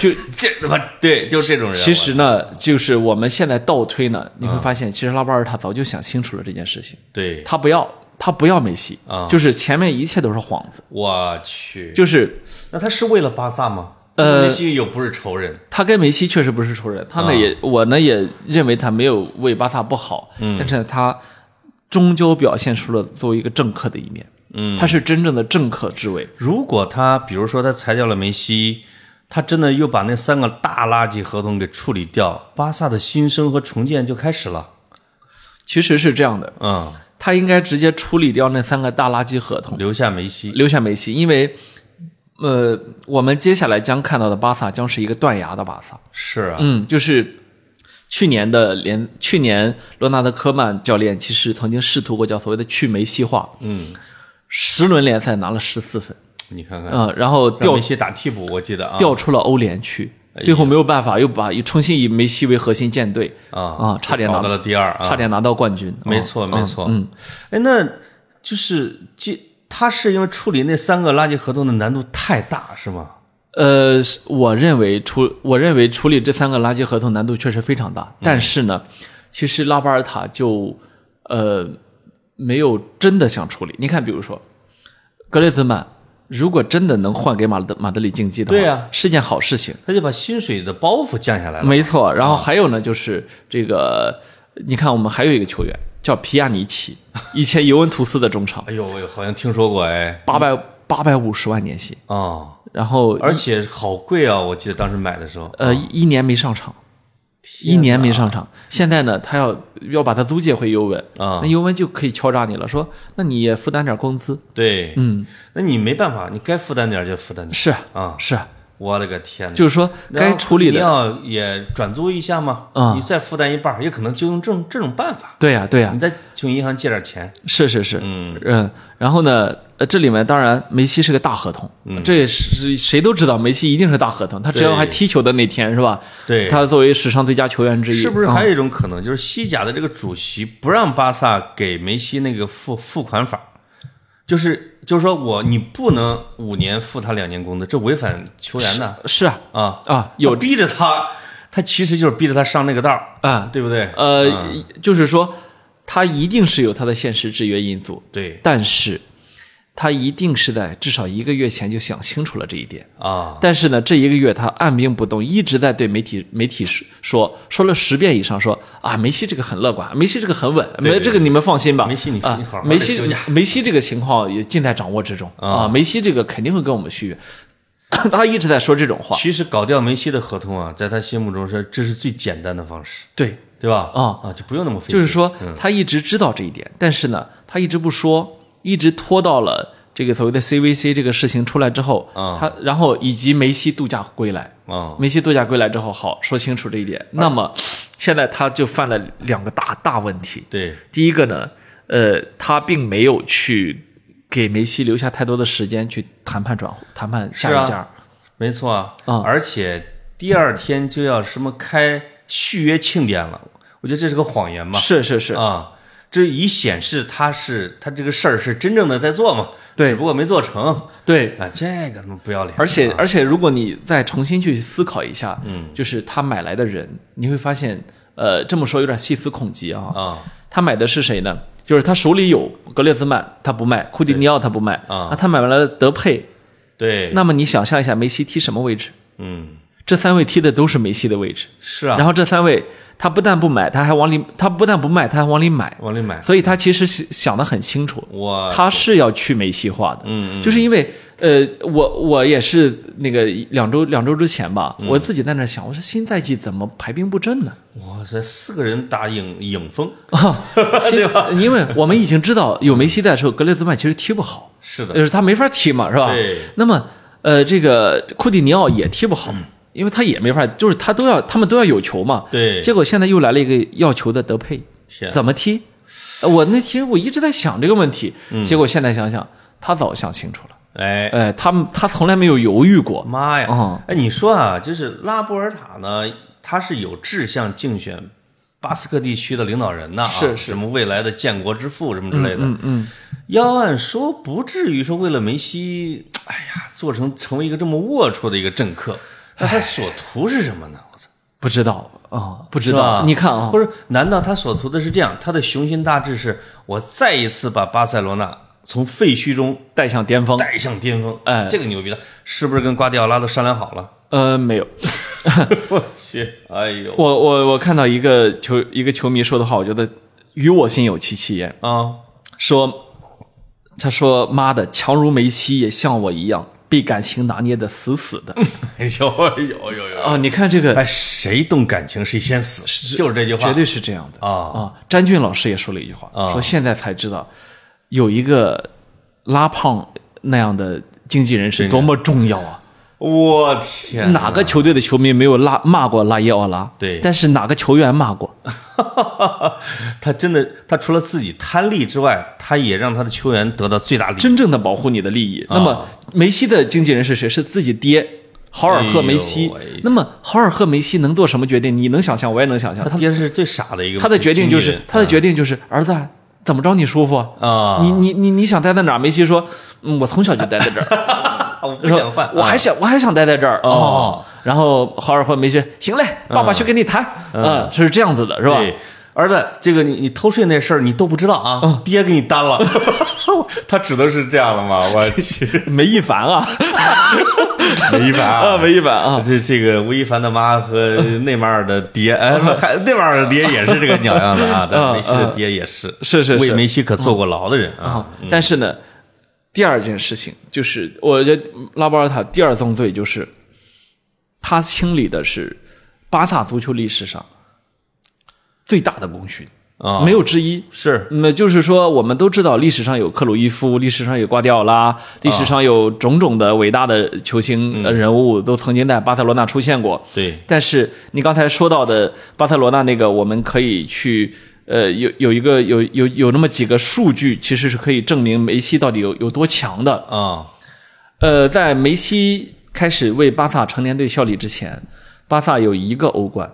B: 就
A: 这他妈对，就是这种人。
B: 其实呢，就是我们现在倒推呢，你会发
A: 嗯
B: 现，其实拉波尔塔早就想清楚了这件事情
A: 我，对，
B: 他不要他不要梅西
A: 啊
B: 就是前面一切都是幌子，
A: 我去，
B: 就是。
A: 那他是为了巴萨吗？
B: 呃
A: 梅西又不是仇人，
B: 他跟梅西确实不是仇人，他呢
A: 啊
B: 也、我呢也认为他没有为巴萨不好，
A: 嗯
B: 但是呢他终究表现出了作为一个政客的一面，
A: 嗯，
B: 他是真正的政客之位，
A: 如果他比如说他裁掉了梅西，他真的又把那三个大垃圾合同给处理掉，巴萨的新生和重建就开始了。
B: 其实是这样的，
A: 嗯，
B: 他应该直接处理掉那三个大垃圾合同，
A: 留下梅西，
B: 留下梅西，因为，呃，我们接下来将看到的巴萨将是一个断崖的巴萨。
A: 是啊，
B: 嗯，就是去年的联，去年罗纳德科曼教练其实曾经试图过叫所谓的去梅西化，
A: 嗯，
B: 十轮联赛拿了十四分，
A: 你看看，
B: 嗯，然后
A: 让
B: 调
A: 梅西打替补，我记得啊，哎
B: 调出了欧联区，最后没有办法，又把又重新以梅西为核心建队，
A: 啊
B: 啊差点拿
A: 搞到了第二啊，
B: 差点拿到冠军。
A: 没
B: 啊
A: 错，没错。嗯，哎，那就是这，他是因为处理那三个垃圾合同的难度太大，是吗？
B: 呃，是我认为处我认为处理这三个垃圾合同难度确实非常
A: 嗯
B: 大，但是呢，其实拉波尔塔就呃没有真的想处理。你看，比如说格雷兹曼，如果真的能换给马德马德里竞技的话，
A: 对啊
B: 是件好事情。
A: 他就把薪水的包袱降下来了。啊
B: 没错，然后还有呢，就是这个，你看我们还有一个球员叫皮亚尼奇，以前尤文图斯的中场，
A: 哎呦喂，好像听说过哎，
B: 八百八百五十万年薪，
A: 啊、
B: 然后
A: 而且好贵啊！我记得当时买的时候，
B: 呃一一年没上场，一年没上场，现在呢他要要把他租借回尤文
A: 啊
B: 那尤文就可以敲诈你了，说那你也负担点工资，
A: 对，嗯，那你没办法，你该负担点儿就负担点
B: 是
A: 儿啊。
B: 是，
A: 我勒个天哪！
B: 就是说
A: 然
B: 该
A: 后
B: 处理
A: 你
B: 的，
A: 要也转租一下嘛，
B: 啊
A: 你再负担一半儿，也可能就用这种这种办法，
B: 对呀、对呀、
A: 你再从银行借点钱。
B: 是是是，
A: 嗯
B: 然后呢，呃，这里面当然梅西是个大合同，这也是谁都知道，梅西一定是大合同，他只
A: 嗯
B: 要
A: 对
B: 还踢球的那天是吧？
A: 对，
B: 他作为史上最佳球员之一，
A: 是不是
B: 嗯
A: 还有一种可能，就是西甲的这个主席不让巴萨给梅西那个付付款法，就是就是说我你不能五年付他两年工资，这违反球员的
B: 是啊
A: 啊，
B: 啊有
A: 他逼着他，他其实就是逼着他上那个道儿，
B: 啊
A: 对不对？
B: 呃，
A: 嗯
B: 就是说他一定是有他的现实制约因素，
A: 对
B: 但是他一定是在至少一个月前就想清楚了这一点。
A: 啊，
B: 但是呢，这一个月他按兵不动，一直在对媒体媒体说说了十遍以上说，啊，梅西这个很乐观，梅西这个很稳，
A: 对对
B: 没这个你们放心吧。
A: 梅西你
B: 啊
A: 你好好，地
B: 梅西
A: 休假
B: 梅西这个情况也尽在掌握之中
A: 啊
B: 啊，梅西这个肯定会跟我们续约， [COUGHS] 他一直在说这种话。
A: 其实搞掉梅西的合同啊，在他心目中是这是最简单的方式，
B: 对，
A: 对吧？
B: 啊
A: 啊，就不用那么费劲，
B: 就是说
A: 嗯
B: 他一直知道这一点，但是呢，他一直不说，一直拖到了这个所谓的 CVC 这个事情出来之后，
A: 啊
B: 他然后以及梅西度假归来，
A: 啊，
B: 梅西度假归来之后，好说清楚这一点。那么现在他就犯了两个大大问题。
A: 对，
B: 第一个呢，呃，他并没有去给梅西留下太多的时间去谈判转谈判下一
A: 是
B: 家。
A: 啊没错啊，
B: 啊
A: 而且第二天就要什么开续约庆典了，我觉得这是个谎言嘛，
B: 是是是，
A: 啊，这以显示他是他这个事儿是真正的在做嘛，
B: 对
A: 只不过没做成
B: 对。
A: 啊，这个他妈不要脸，
B: 而且而且，如果你再重新去思考一下，嗯，就是他买来的人，你会发现，呃，这么说有点细思恐极啊。
A: 啊，
B: 他买的是谁呢？就是他手里有格列兹曼，他不卖；库蒂尼奥他不卖
A: 啊
B: 他买了德佩。
A: 对，
B: 那么你想象一下，梅西踢什么位置？
A: 嗯，
B: 这三位踢的都是梅西的位置。
A: 是啊，
B: 然后这三位，他不但不买，他还往里，他不但不卖，他还往里买。
A: 往里买，
B: 所以他其实是想的很清楚，
A: 我
B: 他是要去梅西化的。
A: 嗯，
B: 就是因为呃，我我也是那个两周两周之前吧，
A: 嗯
B: 我自己在那想，我说新赛季怎么排兵布
A: [LAUGHS]
B: 阵呢？
A: 哇塞，四个人打影影锋，
B: 呃新因为我们已经知道有梅西在的时候，格列兹曼其实踢不好，
A: 是的，
B: 就是他没法踢嘛，是吧？
A: 嗯对
B: 那么呃，这个库蒂尼奥也踢不好，
A: 嗯
B: 因为他也没法，就是他都要他们都要有球嘛。
A: 对，
B: 结果现在又来了一个要球的德佩，
A: 天，
B: 怎么踢？呃我那其实我一直在想这个问题，
A: 嗯
B: 结果现在想想，他早想清楚了。
A: 哎，
B: 哎，他们他从来没有犹豫过。
A: 妈呀！
B: 嗯
A: 哎，你说啊，就是拉波尔塔呢，他是有志向竞选巴斯克地区的领导人呐、啊，
B: 是是
A: 什么未来的建国之父什么之类的。
B: 嗯嗯，
A: 要按说不至于说为了梅西，哎呀，做成成为一个这么龌龊的一个政客，那他所图是什么呢？我操，
B: 不知道啊、不知
A: 是吧
B: 道。？你看啊
A: 不，是？难道他所图的是这样？他的雄心大志是我再一次把巴塞罗那从废墟中
B: 带向巅峰。
A: 带向巅峰？
B: 哎
A: 这个牛逼的，是不是跟瓜迪奥拉都商量好了？ [LAUGHS]
B: 呃，没有。
A: 我去，哎呦
B: 我我我看到一个球一个球迷说的话，我觉得与我心有戚戚焉。 [LAUGHS]
A: 啊！
B: 说，他说：“妈的，强如梅西也像我一样。”被感情拿捏的死死
A: [LAUGHS]
B: 的。
A: 有有有有，
B: 啊，你看这个
A: 哎，谁动感情谁先死，就是这句话，
B: 绝对是这样的
A: 啊
B: 啊！詹俊老师也说了一句话，
A: 啊
B: 说现在才知道，有一个拉胖那样的经纪人是多么重要啊！
A: 我天，啊
B: 哪个球队的球迷没有拉骂过拉耶奥拉？
A: 对嗯
B: 但是哪个球员骂过？
A: [LAUGHS] 他真的，他除了自己贪利之外，他也让他的球员得到最大利益。
B: 真正的保护你的利
A: 啊
B: 益。那么梅西的经纪人是谁？是自己爹。豪尔赫·梅
A: 哎
B: 西
A: 呦喂，
B: 那么豪尔赫·梅西能做什么决定？你能想象，我也能想象。
A: 他
B: 他
A: 爹是最傻的一个经纪人，嗯
B: 他的决定就是，他的决定就是，儿子啊怎么着你舒服
A: 啊
B: 你你你你想待在哪儿？梅西说，嗯，我从小就待在这儿。
A: 啊我 [LAUGHS] 不
B: 然后
A: 想犯，
B: 我还想我还想待在这儿
A: 哦。
B: 然后豪尔赫梅西，行嘞，爸爸去跟你谈，嗯，是这样子的，是
A: 是
B: 吧？
A: 儿子，这个你你偷税那事儿你都不知道
B: [LAUGHS]
A: 啊，爹给你担了。他指的是这样了吗？我去，
B: 梅一凡
A: [LAUGHS]
B: 啊，
A: 吴亦凡
B: [LAUGHS] 啊，梅一凡啊，
A: [LAUGHS] 这这个吴亦凡的妈
B: [LAUGHS]
A: 和内马尔的爹，哎，不还内马尔的爹也是这个鸟样子
B: [LAUGHS]
A: 啊，但梅西的爹也是，
B: 嗯是是
A: 为
B: 是
A: 梅西可坐过牢的人
B: 啊
A: 啊。，
B: 但是呢，第二件事情就是，我觉得拉波尔塔第二宗罪就是，他清理的是巴萨足球历史上最大的功勋，
A: 啊，
B: 没有之一。
A: 是
B: 那就是说，我们都知道历史上有克鲁伊夫，历史上有瓜迪奥拉，历史上有种种的伟大的球星呃人物都曾经在巴塞罗那出现过。
A: 对，
B: 但是你刚才说到的巴塞罗那那个，我们可以去，呃，有有一个有有有那么几个数据，其实是可以证明梅西到底有有多强的。
A: 啊，
B: 呃，在梅西开始为巴萨成年队效力之前，巴萨有一个欧冠，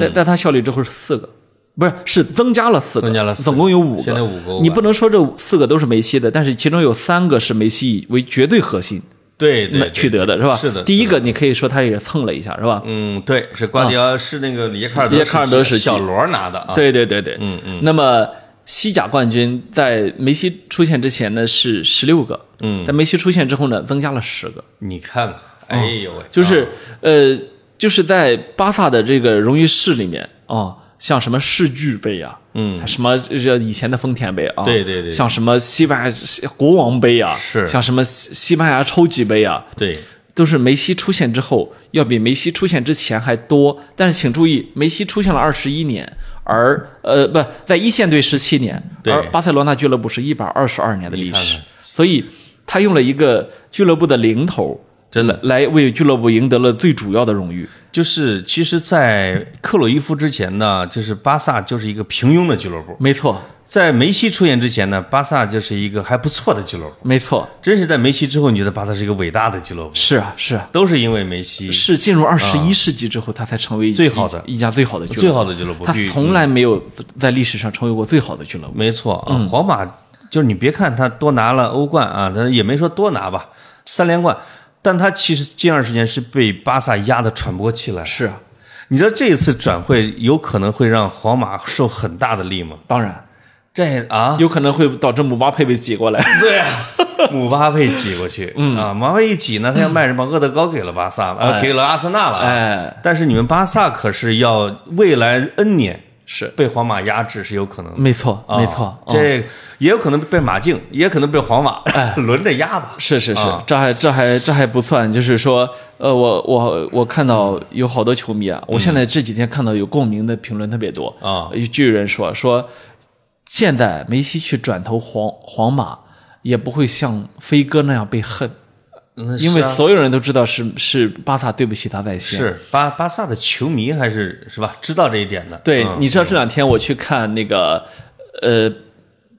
B: 在在他效力之后是四个。不是，是增加了四个，
A: 增加了四个
B: 总共有五个。
A: 现在五个欧冠
B: 你不能说这四个都是梅西的，但是其中有三个是梅西为绝对核心
A: 对对
B: 那，取
A: 对
B: 得的，是吧？
A: 是的
B: 第一个你可以说他也蹭了一下，是吧？
A: 嗯，对，是瓜迪奥，是那个里耶卡尔
B: 里耶卡尔德时期
A: 小罗拿的啊，
B: 对对对对，
A: 嗯嗯
B: 那么西甲冠军在梅西出现之前呢是十六个，
A: 嗯啊
B: 在梅西出现之后呢增加了十个，
A: 你看看，哎呦喂，
B: 嗯就是、呃就是在巴萨的这个荣誉室里面啊、像什么世俱杯啊。
A: 嗯，
B: 什么这以前的丰田杯啊，
A: 对对对
B: 像什么西班牙国王杯啊，
A: 是
B: 像什么西西班牙超级杯啊，
A: 对，
B: 都是梅西出现之后，要比梅西出现之前还多。但是请注意，梅西出现了二十一年，而呃不在一线队十七年，
A: 对
B: 而巴塞罗那俱乐部是一百二十二年的历
A: 你
B: 史，
A: 看看
B: 所以他用了一个俱乐部的零头
A: 真的
B: 来为俱乐部赢得了最主要的荣誉。
A: 就是其实，在克鲁伊夫之前呢，就是巴萨就是一个平庸的俱乐部；
B: 没错，
A: 在梅西出现之前呢，巴萨就是一个还不错的俱乐部。
B: 没错，
A: 真是在梅西之后，你觉得巴萨是一个伟大的俱乐部，
B: 是啊，是啊，
A: 都是因为梅西
B: 是进入二十一世纪之后，他才成为
A: 啊最好的
B: 一一家最好的俱乐部，
A: 最好的俱乐部。
B: 他
A: 比
B: 从来没有在历史上成为过最好的俱乐部。
A: 没错啊，
B: 嗯
A: 皇马就是你别看他多拿了欧冠啊，他也没说多拿吧，三连冠，但他其实近二十年是被巴萨压得喘不过气来。
B: 是啊，
A: 你知道这一次转会有可能会让皇马受很大的力吗？
B: 当然，
A: 这啊，
B: [LAUGHS] 有可能会导致姆巴佩被挤过来。
A: 对啊，姆巴佩挤过去，
B: 嗯
A: 啊，姆巴佩一挤呢，他要卖人，把厄德高给了巴萨了，啊，给了阿森纳了，
B: [LAUGHS]
A: 啊
B: 哎，
A: 但是你们巴萨可是要未来 N 年
B: 是，
A: 被皇马压制是有可能的，
B: 没错，
A: 啊
B: 没错，嗯哎
A: 这也有可能被马竞， [LAUGHS] 也可能被皇马 [LAUGHS] 轮着压吧，
B: 是是是
A: 啊，
B: 这还这还这还不算，就是说，呃，我我我看到有好多球迷啊，我现在这几天看到有共鸣的评论特别多
A: 啊
B: 就有人说说，现在梅西去转投皇皇马，也不会像飞哥那样被恨，
A: 嗯
B: 因为
A: 是啊
B: 所有人都知道是是巴萨对不起他在先，
A: 是巴巴萨的球迷还是是吧，知道这一点的，
B: 对，
A: 嗯
B: 你知道这两天我去看那个，呃，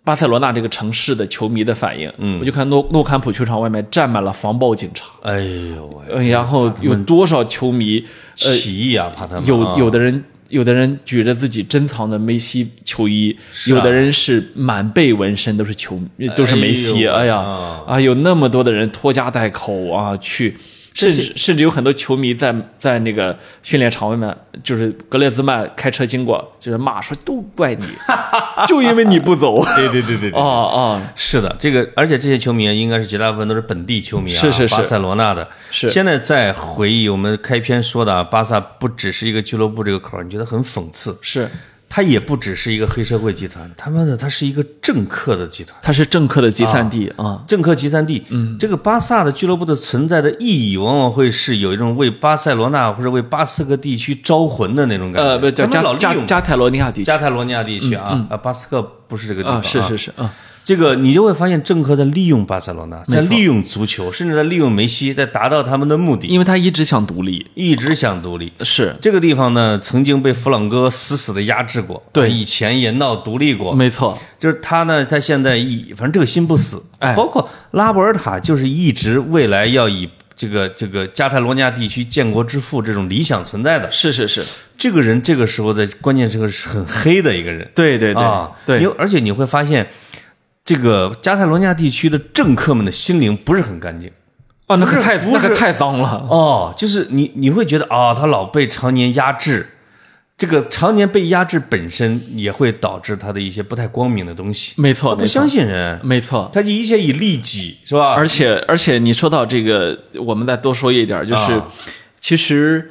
B: 巴塞罗那这个城市的球迷的反应，嗯，我就看诺诺坎普球场外面站满了防暴警察，
A: 哎呦喂，
B: 嗯，然后有多少球迷，呃，
A: 起义啊，怕他们啊
B: 有有的人。有的人举着自己珍藏的梅西球衣，
A: 啊
B: 有的人是满背纹身，都是球迷，都是梅西。
A: 哎呦
B: 哎呀，
A: 啊
B: 啊，有那么多的人拖家带口啊去，甚至甚至有很多球迷在在那个训练场外面，就是格列兹曼开车经过，就是骂说都
A: [LAUGHS]
B: 怪你，就因为你不走。啊
A: 对对对 [LAUGHS] 对对
B: 啊、哦
A: 是的，这个而且这些球迷啊应该是绝大部分都是本地球迷啊，
B: 是是是
A: 巴塞罗那的。
B: 是
A: 现在在回忆我们开篇说的啊，巴萨不只是一个俱乐部这个口儿，你觉得很讽刺。
B: 是
A: 他也不只是一个黑社会集团，他妈的，他是一个政客的集团，
B: 他是政客的集散地啊，
A: 政客集散地。嗯，这个巴萨的俱乐部的存在的意义，往往会是有一种为巴塞罗那或者为巴斯克地区招魂的那种感觉。
B: 呃，不叫
A: 他
B: 加
A: 们老利
B: 加
A: 用
B: 加泰罗尼亚地区
A: 加泰罗尼亚地区啊，啊，巴斯克不是这个地方
B: 啊，
A: 啊，
B: 是是是啊，
A: 这个你就会发现政客在利用巴塞罗那，在利用足球，甚至在利用梅西，在达到他们的目的，
B: 因为他一直想独立，
A: 一直想独立。
B: 是
A: 这个地方呢，曾经被弗朗哥死死的压制过，啊
B: 对
A: 以前也闹独立过，
B: 没错，
A: 就是他呢，他现在以反正这个心不死，
B: 哎
A: 包括拉波尔塔，就是一直未来要以这个这个加泰罗尼亚地区建国之父这种理想存在的。
B: 是是是，
A: 这个人这个时候在关键时刻是很黑的一个人，
B: 对对对
A: 啊，
B: 对
A: 因，为而且你会发现，这个加泰罗尼亚地区的政客们的心灵不是很干净。
B: 哦，那
A: 不
B: 可
A: 是
B: 太
A: 不
B: 那可
A: 是
B: 太脏了，
A: 哦，就是你你会觉得啊、他老被常年压制，这个常年被压制本身也会导致他的一些不太光明的东西。
B: 没
A: 他
B: 错，
A: 哦不
B: 没
A: 相
B: 错，
A: 信人，
B: 没错。
A: 他一切以利己是吧？
B: 而且而且你说到这个，我们再多说一点儿，就是、
A: 啊
B: 其实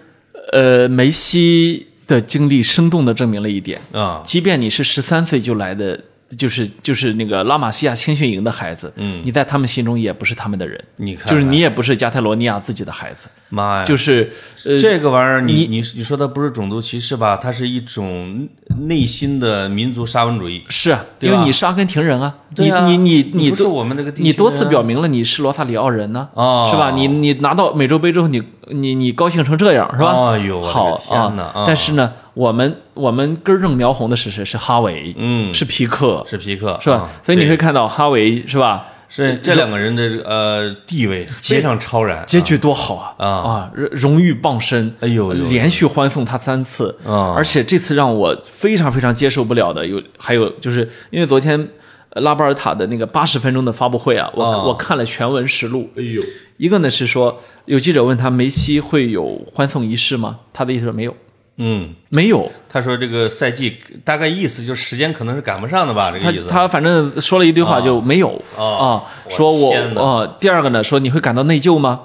B: 呃，梅西的经历生动的证明了一点，
A: 啊，
B: 即便你是十三岁就来的，就是就是那个拉玛西亚青训营的孩子，
A: 嗯
B: 你在他们心中也不是他们的人，
A: 你看看，
B: 就是你也不是加泰罗尼亚自己的孩子，
A: 妈呀，
B: 就是呃，
A: 这个玩意儿，你你你说它不是种族歧视吧？它是一种内心的民族沙文主义。
B: 是啊，
A: 对
B: 因
A: 吧
B: 为你是阿根廷人啊，
A: 对啊
B: 你你你
A: 你不是
B: 多
A: 我们这个地区
B: 你多次
A: 人啊
B: 表明了你是罗萨里奥人呢、
A: 哦
B: 是吧？你你拿到美洲杯之后，你你你高兴成这样是吧？
A: 哎呦我的
B: 好
A: 天哪啊
B: 但是呢，我们我们根正苗红的是谁？是哈维，
A: 嗯，
B: 是皮克，
A: 是皮克
B: 是
A: 嗯
B: 吧？所以你
A: 这
B: 会看到哈维是吧？
A: 是这两个人的呃地位非常超然，
B: 结局多好啊！
A: 啊
B: 荣荣誉傍身，
A: 哎呦哎呦
B: 连续欢送他三次，
A: 啊
B: 而且这次让我非常非常接受不了的有，还有就是因为昨天呃拉波尔塔的那个八十分钟的发布会啊，我、
A: 啊
B: 我看了全文实录，
A: 哎呦，
B: 一个呢是说有记者问他梅西会有欢送仪式吗？他的意思说没有，
A: 嗯，
B: 没有，
A: 他说这个赛季大概意思就是时间可能是赶不上的吧，这
B: 他
A: 个意思。
B: 他反正说了一堆话就没有啊
A: 哦，
B: 说我
A: 我天哪
B: 啊，第二个呢说你会感到内疚吗？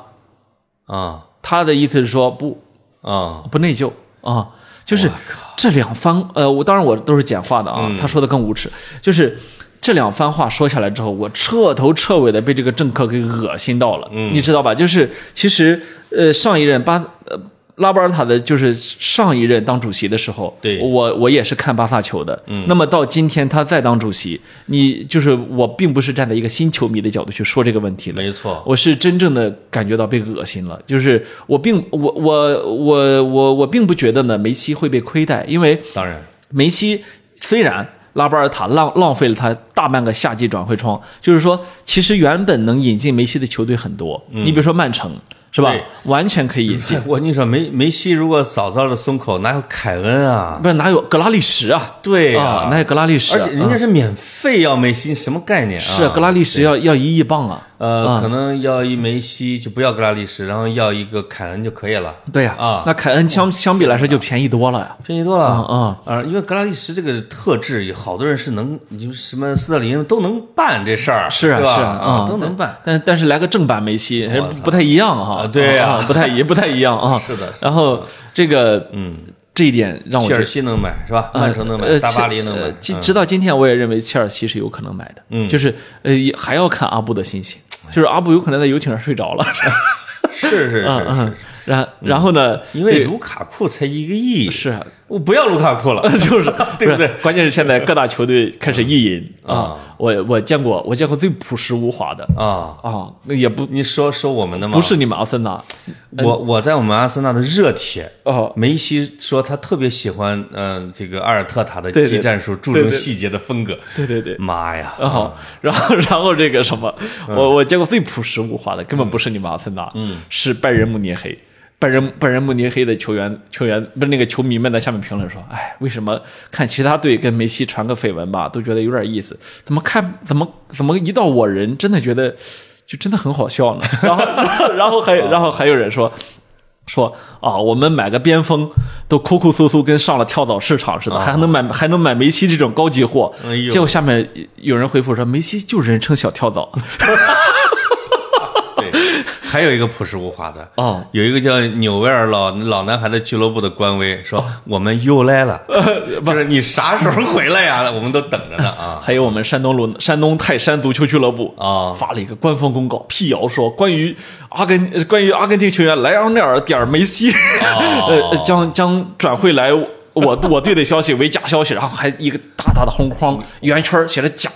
A: 啊
B: 他的意思是说不，
A: 啊
B: 不内疚啊，就是这两番呃，我当然我都是简化的啊，他说的更无耻，就是这两番话说下来之后，我彻头彻尾的被这个政客给恶心到了，你知道吧？就是其实呃，上一任巴呃。拉波尔塔的就是上一任当主席的时候，
A: 对
B: 我我也是看巴萨球的。嗯，那么到今天他再当主席，你就是我并不是站在一个新球迷的角度去说这个问题了，
A: 没错，
B: 我是真正的感觉到被恶心了，就是我并我我我我我并不觉得呢梅西会被亏待，因为
A: 当然
B: 梅西虽然拉波尔塔浪浪费了他大半个夏季转会窗，就是说其实原本能引进梅西的球队很多，你比如说曼城是吧
A: 嗯对，
B: 完全可以引进，
A: [LAUGHS] 哎我跟你说，梅梅西如果早早的松口，哪有凯恩啊？
B: 不是哪有格拉利什啊？
A: [LAUGHS] 对呀、
B: 啊，哪有格拉利什啊？
A: 而且人家是免费要梅西，什么概念啊？
B: 是啊格拉利什要要一亿镑啊？
A: 呃，可能要一梅西就不要格拉利什，然后要一个凯恩就可以了，
B: 对呀
A: 啊
B: 那凯恩相相比来说就便宜多了呀。
A: 便宜多了
B: 啊
A: 啊！因为格拉利什这个特质，有好多人是能，你就是什么斯特林都能办这事儿，
B: 是啊
A: 对吧
B: 是啊
A: 啊，
B: 嗯
A: 都能办。
B: 但但是来个正版梅西还是
A: 我操
B: 不太一样哈，
A: 啊对呀
B: 啊，不太也不太一样
A: [LAUGHS]
B: 啊。
A: 是的是
B: 然后这个，嗯，这一点让我
A: 切
B: 觉
A: 尔
B: 得，
A: 西能买是吧？
B: 呃
A: 曼城能买，
B: 呃
A: 大
B: 切
A: 巴黎能买嗯
B: 呃，今直到今天，我也认为切尔西是有可能买的，嗯，就是呃也还要看阿布的心情，就是阿布有可能在游艇上睡着了，
A: [LAUGHS] 是是是
B: 嗯
A: 是
B: 嗯， [LAUGHS] 然然后呢，
A: 因为卢卡库才一个亿，
B: 是啊 [LAUGHS]
A: 我不要卢卡库了，
B: 就是，
A: [LAUGHS] 对不对
B: 是？关键是现在各大球队开始意淫啊
A: 啊，
B: 我我见过，我见过最朴实无华的
A: 啊！
B: 啊，那也不
A: 你说说我们的吗？
B: 不是，你们阿森纳
A: 我我在我们阿森纳的热帖，
B: 哦，
A: 梅西说他特别喜欢，嗯、这个阿尔特塔的
B: 对对
A: 技战术，注
B: 对
A: 重
B: 对
A: 细节的风格。
B: 对对对，哦
A: 妈呀！
B: 然后，然后，然后这个什么，我我见过最朴实无华的，根本不是你们阿森纳，嗯，是拜仁慕尼黑。拜仁拜仁慕尼黑的球员球员不是那个球迷们在下面评论说，哎，为什么看其他队跟梅西传个绯闻吧，都觉得有点意思，怎么看怎么怎么一到我人，真的觉得就真的很好笑呢？ [LAUGHS] 然后，然后，然后还然后还有人说。说啊，我们买个边锋都抠抠搜搜，跟上了跳蚤市场似的，还能买还能买梅西这种高级货。
A: 啊哎呦
B: 结果下面有人回复说，梅西就是人称小跳蚤。
A: 对，还有一个朴实无华的，
B: 哦，
A: 有一个叫纽维尔老老男孩的俱乐部的官微说：“
B: 哦
A: 我们又来
B: [LAUGHS]
A: 了，就是你啥时候回来呀？ [LAUGHS] 我们都等着呢啊
B: 还有我们山东鲁山东泰山足球俱乐部
A: 啊
B: 发了一个官方公告，辟谣说关于阿根呃关于阿根廷球员莱昂内尔点儿梅西，
A: 哦
B: [LAUGHS] 呃将将转会来我 [LAUGHS] 我队的消息为假消息，然后还一个大大的红框圆圈儿写着假。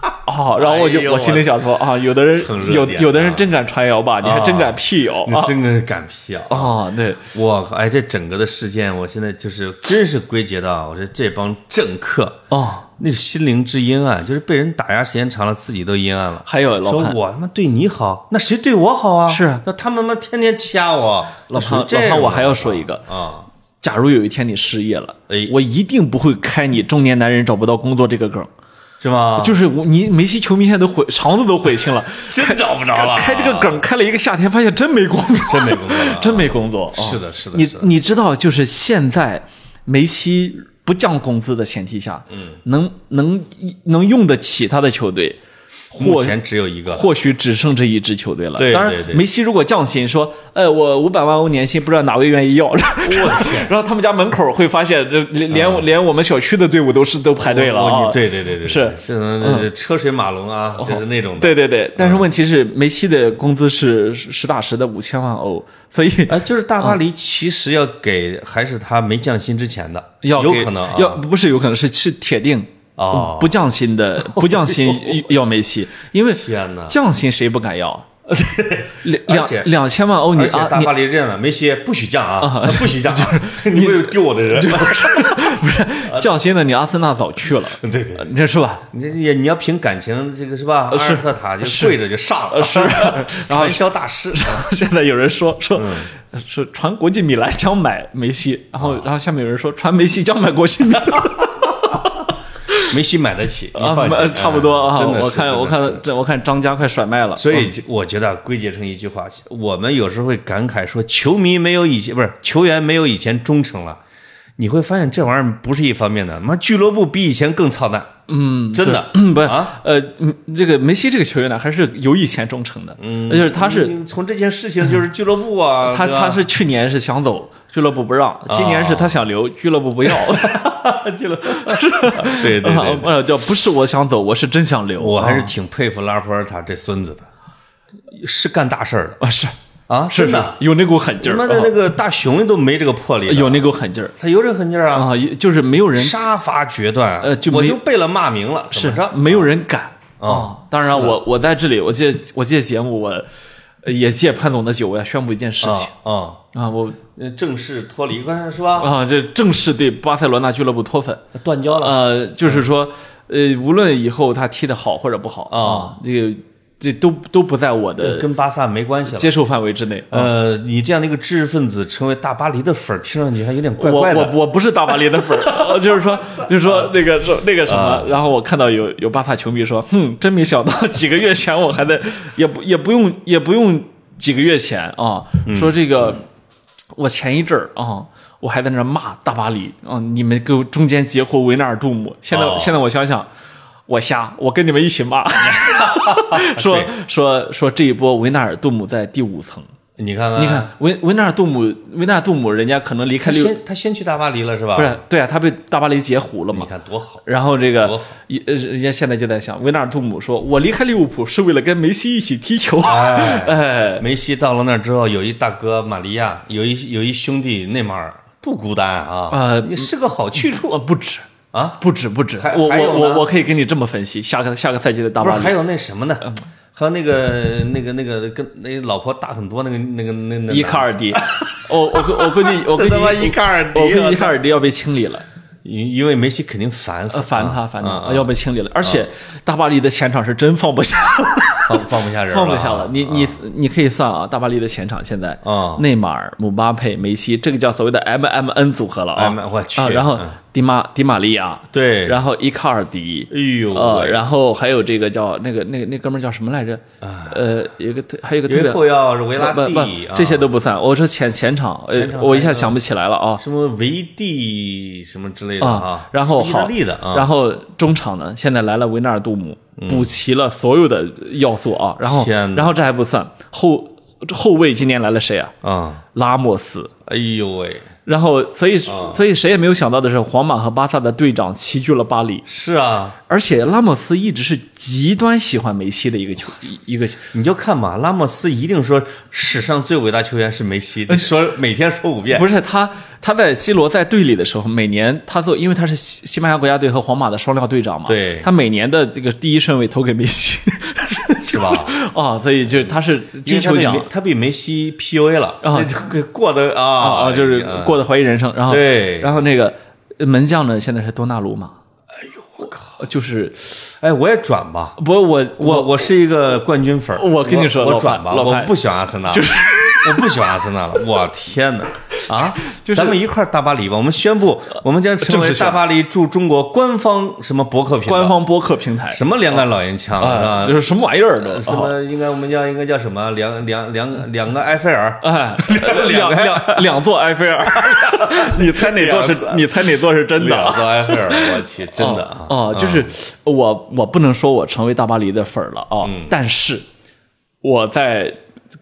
B: 啊，然后我就、
A: 哎呦
B: 我心里想说啊，有的人
A: 蹭热
B: 有
A: 点啊
B: 有的人真敢传谣吧，你还真
A: 啊
B: 敢辟谣！”
A: 你
B: 啊
A: 真的是敢辟谣！
B: 啊！对，
A: 我靠，哎，这整个的事件，我现在就是真是归结到，我说这帮政客，
B: 哦，
A: 那是心灵之阴暗，就是被人打压时间长了，自己都阴暗了。
B: 还有老
A: 说
B: 潘，
A: 我他妈对你好，那谁对我好啊？
B: 是啊
A: 那他们他妈天天掐我。
B: 老
A: 属
B: 潘，
A: 于
B: 老
A: 这种
B: 潘，我还要
A: 人
B: 说一个，
A: 啊，
B: 假如有一天你失业了，
A: 哎
B: 我一定不会开你中年男人找不到工作这个梗，
A: 是吗？
B: 就是我你梅西球迷现在都悔肠子都悔青了，
A: 真找不着了，
B: 开这个梗开了一个夏天，发现真没工作，
A: [LAUGHS] 真没工作了。
B: [LAUGHS] 真没工作。
A: 是
B: 哦
A: 的，是的，
B: 你
A: 是的
B: 你知道，就是现在梅西不降工资的前提下，嗯，能能能用得起他的球队，
A: 目
B: 或
A: 前只有一个。
B: 或许只剩这一支球队了。
A: 对
B: 当然
A: 对，对
B: 梅西如果降薪说，呃，我五百万欧年薪，不知道哪位愿意要，然后他们家门口会发现，这连连我连我们小区的队伍都是都排队了
A: 嗯哦
B: 啊
A: 你。对对对对，
B: 是哦
A: 是嗯车水马龙啊，就是那种的。
B: 对对对，但是问题是，梅西的工资是实打实的五千万欧，所以
A: 啊，就是大
B: 嗯
A: 巴黎其实要给还是他没降薪之前的，
B: 要
A: 有
B: 给
A: 可能啊
B: 要不是有可能是是铁定
A: 哦
B: 不降薪的，不降薪要梅西，因为
A: 天哪
B: 降薪谁不敢
A: [LAUGHS]
B: 要？两
A: 而且
B: 两两千万欧你
A: 而且
B: 啊
A: 大
B: 你
A: 巴黎是这样的，梅西不许降啊，不许降
B: [LAUGHS]
A: 啊，你会丢我的人。
B: 不
A: 呃
B: 是降薪的，你阿森纳早去了，
A: [LAUGHS] 对对对，
B: 你说是吧？
A: 你这也你要凭感情，这个是吧？阿
B: 呃是呃
A: 尔特塔就跪着就上了，[LAUGHS]
B: 是 [LAUGHS] 然后
A: 呃传嗯销大师。
B: 现在有人说说说传国际米兰将买梅西，
A: 啊
B: 然后然后下面有人说传梅西将买国
A: [LAUGHS]
B: 际米啊兰，
A: 梅西买得起，你
B: [LAUGHS] 啊
A: 放
B: 呃
A: 心，
B: 差不多
A: 哎
B: 啊。
A: 真的是，
B: 我看
A: 真的是
B: 我看这我看张家快甩卖了，
A: 所以就我觉得啊归结成一句话，我们有时候会感慨说，球迷没有以前不是球员没有以前忠诚了。你会发现这玩意儿不是一方面的，妈俱乐部比以前更操蛋，嗯，真的，
B: 嗯不
A: 啊，
B: 呃嗯这个梅西这个球员呢还是有以前忠诚的，嗯， [CLEARS THROAT] 就是他是
A: 你从这件事情就是俱乐部啊，
B: [LAUGHS] 他
A: 对吧
B: 他是去年是想走，俱乐部不
A: 啊
B: 让；今年是他想留，俱乐部不
A: [LAUGHS]
B: 要。俱乐部
A: 对对对
B: [LAUGHS]
A: 对
B: 呃，叫不是我想走，我是真想留。
A: 我还是
B: 啊
A: 挺佩服拉波尔塔这孙子的，是干大事儿的
B: 啊是
A: 啊，
B: 是
A: 真的，
B: 有那股狠劲
A: 他
B: 儿，
A: 妈的那
B: 啊
A: 个大熊都没这个魄力的，
B: 有那股狠劲儿
A: 他有这狠劲儿啊，
B: 啊，就是没有人
A: 杀伐决断，啊
B: 呃就
A: 我
B: 没
A: 就背了骂名了，
B: 是嗯
A: 怎么着？
B: 没有人敢
A: 啊。
B: 当然，我我在这里，我借我借节目，我呃也借潘总的酒，我要宣布一件事情
A: 啊啊
B: 啊，我
A: 呃，正式脱离，关键是吧？
B: 啊这正式对巴塞罗那俱乐部脱粉。
A: 断交了，
B: 呃，就是说，呃，无论以后他踢得好或者不好
A: 啊
B: 啊，这个这都都不在我的
A: 跟巴萨没关系了。
B: 接受范围之内。
A: 呃，你这样的一个知识分子成为大巴黎的粉儿，听上去还有点怪
B: 我
A: 怪的。
B: 我我不是大巴黎的粉儿，
A: [LAUGHS]
B: 呃就是说就是说那个说那个什
A: 啊
B: 么，然后我看到有有巴萨球迷说，哼，真没想到几个月前我还在，也不也不用也不用几个月前啊，
A: 嗯
B: 说这个我前一阵儿啊，我还在那骂大巴黎啊，你们给我中间截胡维纳尔杜姆，现在
A: 哦
B: 现在我想想。我瞎，我跟你们一
A: [LAUGHS]
B: 起骂，说
A: 对
B: 说说这一波维纳尔杜姆在第五层，
A: 你看看，
B: 你看维维纳尔杜姆，维纳尔杜姆人家可能离开
A: 啊他
B: 六
A: 先他先去大巴黎了是吧？
B: 不是，对啊，他被大巴黎截胡了
A: 你
B: 嘛。
A: 看多好。
B: 然后这
A: 多
B: 个
A: 好
B: 一呃人家现在就在想，维纳尔杜姆说：“我离开利物浦是为了跟梅西一起踢球。”
A: 哎
B: [LAUGHS] 哎，
A: 梅西到了那儿之后，有一大哥玛利亚，有一有一兄弟内马尔，不孤单啊！
B: 呃
A: 你是个好去处
B: 不不止
A: 啊！
B: 不止不止，
A: 还
B: 我
A: 还有
B: 我
A: 呢
B: 我我可以跟你这么分析，下个下个赛季的大
A: 不是
B: 巴黎
A: 还有那什么呢？
B: 嗯
A: 还有那个那个那个跟那老婆大很多那个那个那那
B: 伊卡尔迪， [LAUGHS] 我我估我估计我估计
A: 他妈伊卡尔迪
B: 我估
A: 我
B: 计伊卡尔迪要被清理了，
A: 因因为梅西肯定烦死
B: 呃
A: 了，
B: 烦他烦
A: 啊
B: 他要被清理了，而且大巴黎的前场是真放不下。
A: 放放不下人，
B: 放不下了。你
A: 啊
B: 你你可以算啊，大巴黎的前场现在
A: 啊
B: 内马尔、姆巴佩、梅西，这个叫所谓的 M M N 组合了啊
A: M，我去
B: 啊然后
A: 嗯
B: 迪马迪玛利亚，
A: 对，
B: 然后伊卡尔迪。
A: 哎呦
B: 呃，
A: 喂，
B: 然后还有这个叫那个那个那哥们儿叫什么来着？呃，有一个特还有一个特
A: 有一
B: 别
A: 后腰啊是维拉
B: 不不
A: 蒂，啊，
B: 这些都不算。我说前前场，呃
A: 前，场
B: 我一下想不起来了啊
A: 什么维蒂什么之类的
B: 啊
A: 啊。，
B: 然后
A: 意大
B: 好
A: 利的啊，嗯
B: 然后中场呢，现在来了维纳尔杜姆，补齐了所有的要素啊。然后
A: 天，哪
B: 然后这还不算，后后卫今年来了谁啊？
A: 啊，
B: 拉莫斯。
A: 哎呦喂，
B: 然后，所以，
A: 啊
B: 所以谁也没有想到的是，皇马和巴萨的队长齐聚了巴黎。
A: 是啊，
B: 而且拉莫斯一直是极端喜欢梅西的一个球，一一个球
A: 你就看嘛，拉莫斯一定说史上最伟大球员是梅西，你说每天说五遍，
B: 哎不是他，他在 C 罗在队里的时候，每年他做，因为他是西西班牙国家队和皇马的双料队长嘛，
A: 对
B: 他每年的这个第一顺位投给梅西， [LAUGHS]
A: 是吧？
B: 啊、所以就是他是金球奖
A: 因为他比梅西 PUA 了，
B: 啊
A: 这这过得啊
B: 啊啊，就是
A: 哎呀
B: 过得怀疑人生，然后
A: 对
B: 然后那个呃门将呢，现在是多纳鲁马，哎呦我靠，就是
A: 哎，我也转吧，
B: 不我
A: 我我是一个冠军粉儿，
B: 我跟你说
A: 我
B: 老
A: 我转吧，
B: 潘老
A: 我
B: 潘
A: 不喜欢阿森纳，就是 [LAUGHS] 我不喜欢阿森纳了，我天哪！啊，
B: [LAUGHS] 就是呃
A: 咱们一块儿大巴黎吧，我们宣布，我们将成
B: 正
A: 为
B: 式宣
A: 大
B: 布
A: 巴黎驻中国官方什么博客频道，
B: 官方播客平台
A: 什么两杆老烟枪是
B: 啊，
A: 吧
B: 就？是什么玩意儿都啊
A: 什么应该我们叫应该叫什么两两两两个埃菲尔，
B: 哎，
A: 两
B: 两两两座埃菲尔，你猜哪座是
A: 两？
B: 你猜哪座是真的？
A: 两个埃菲尔，我去，真的啊！
B: 哦，哦就是我我不能说我成为大巴黎的粉儿了啊，
A: 嗯
B: 但是我在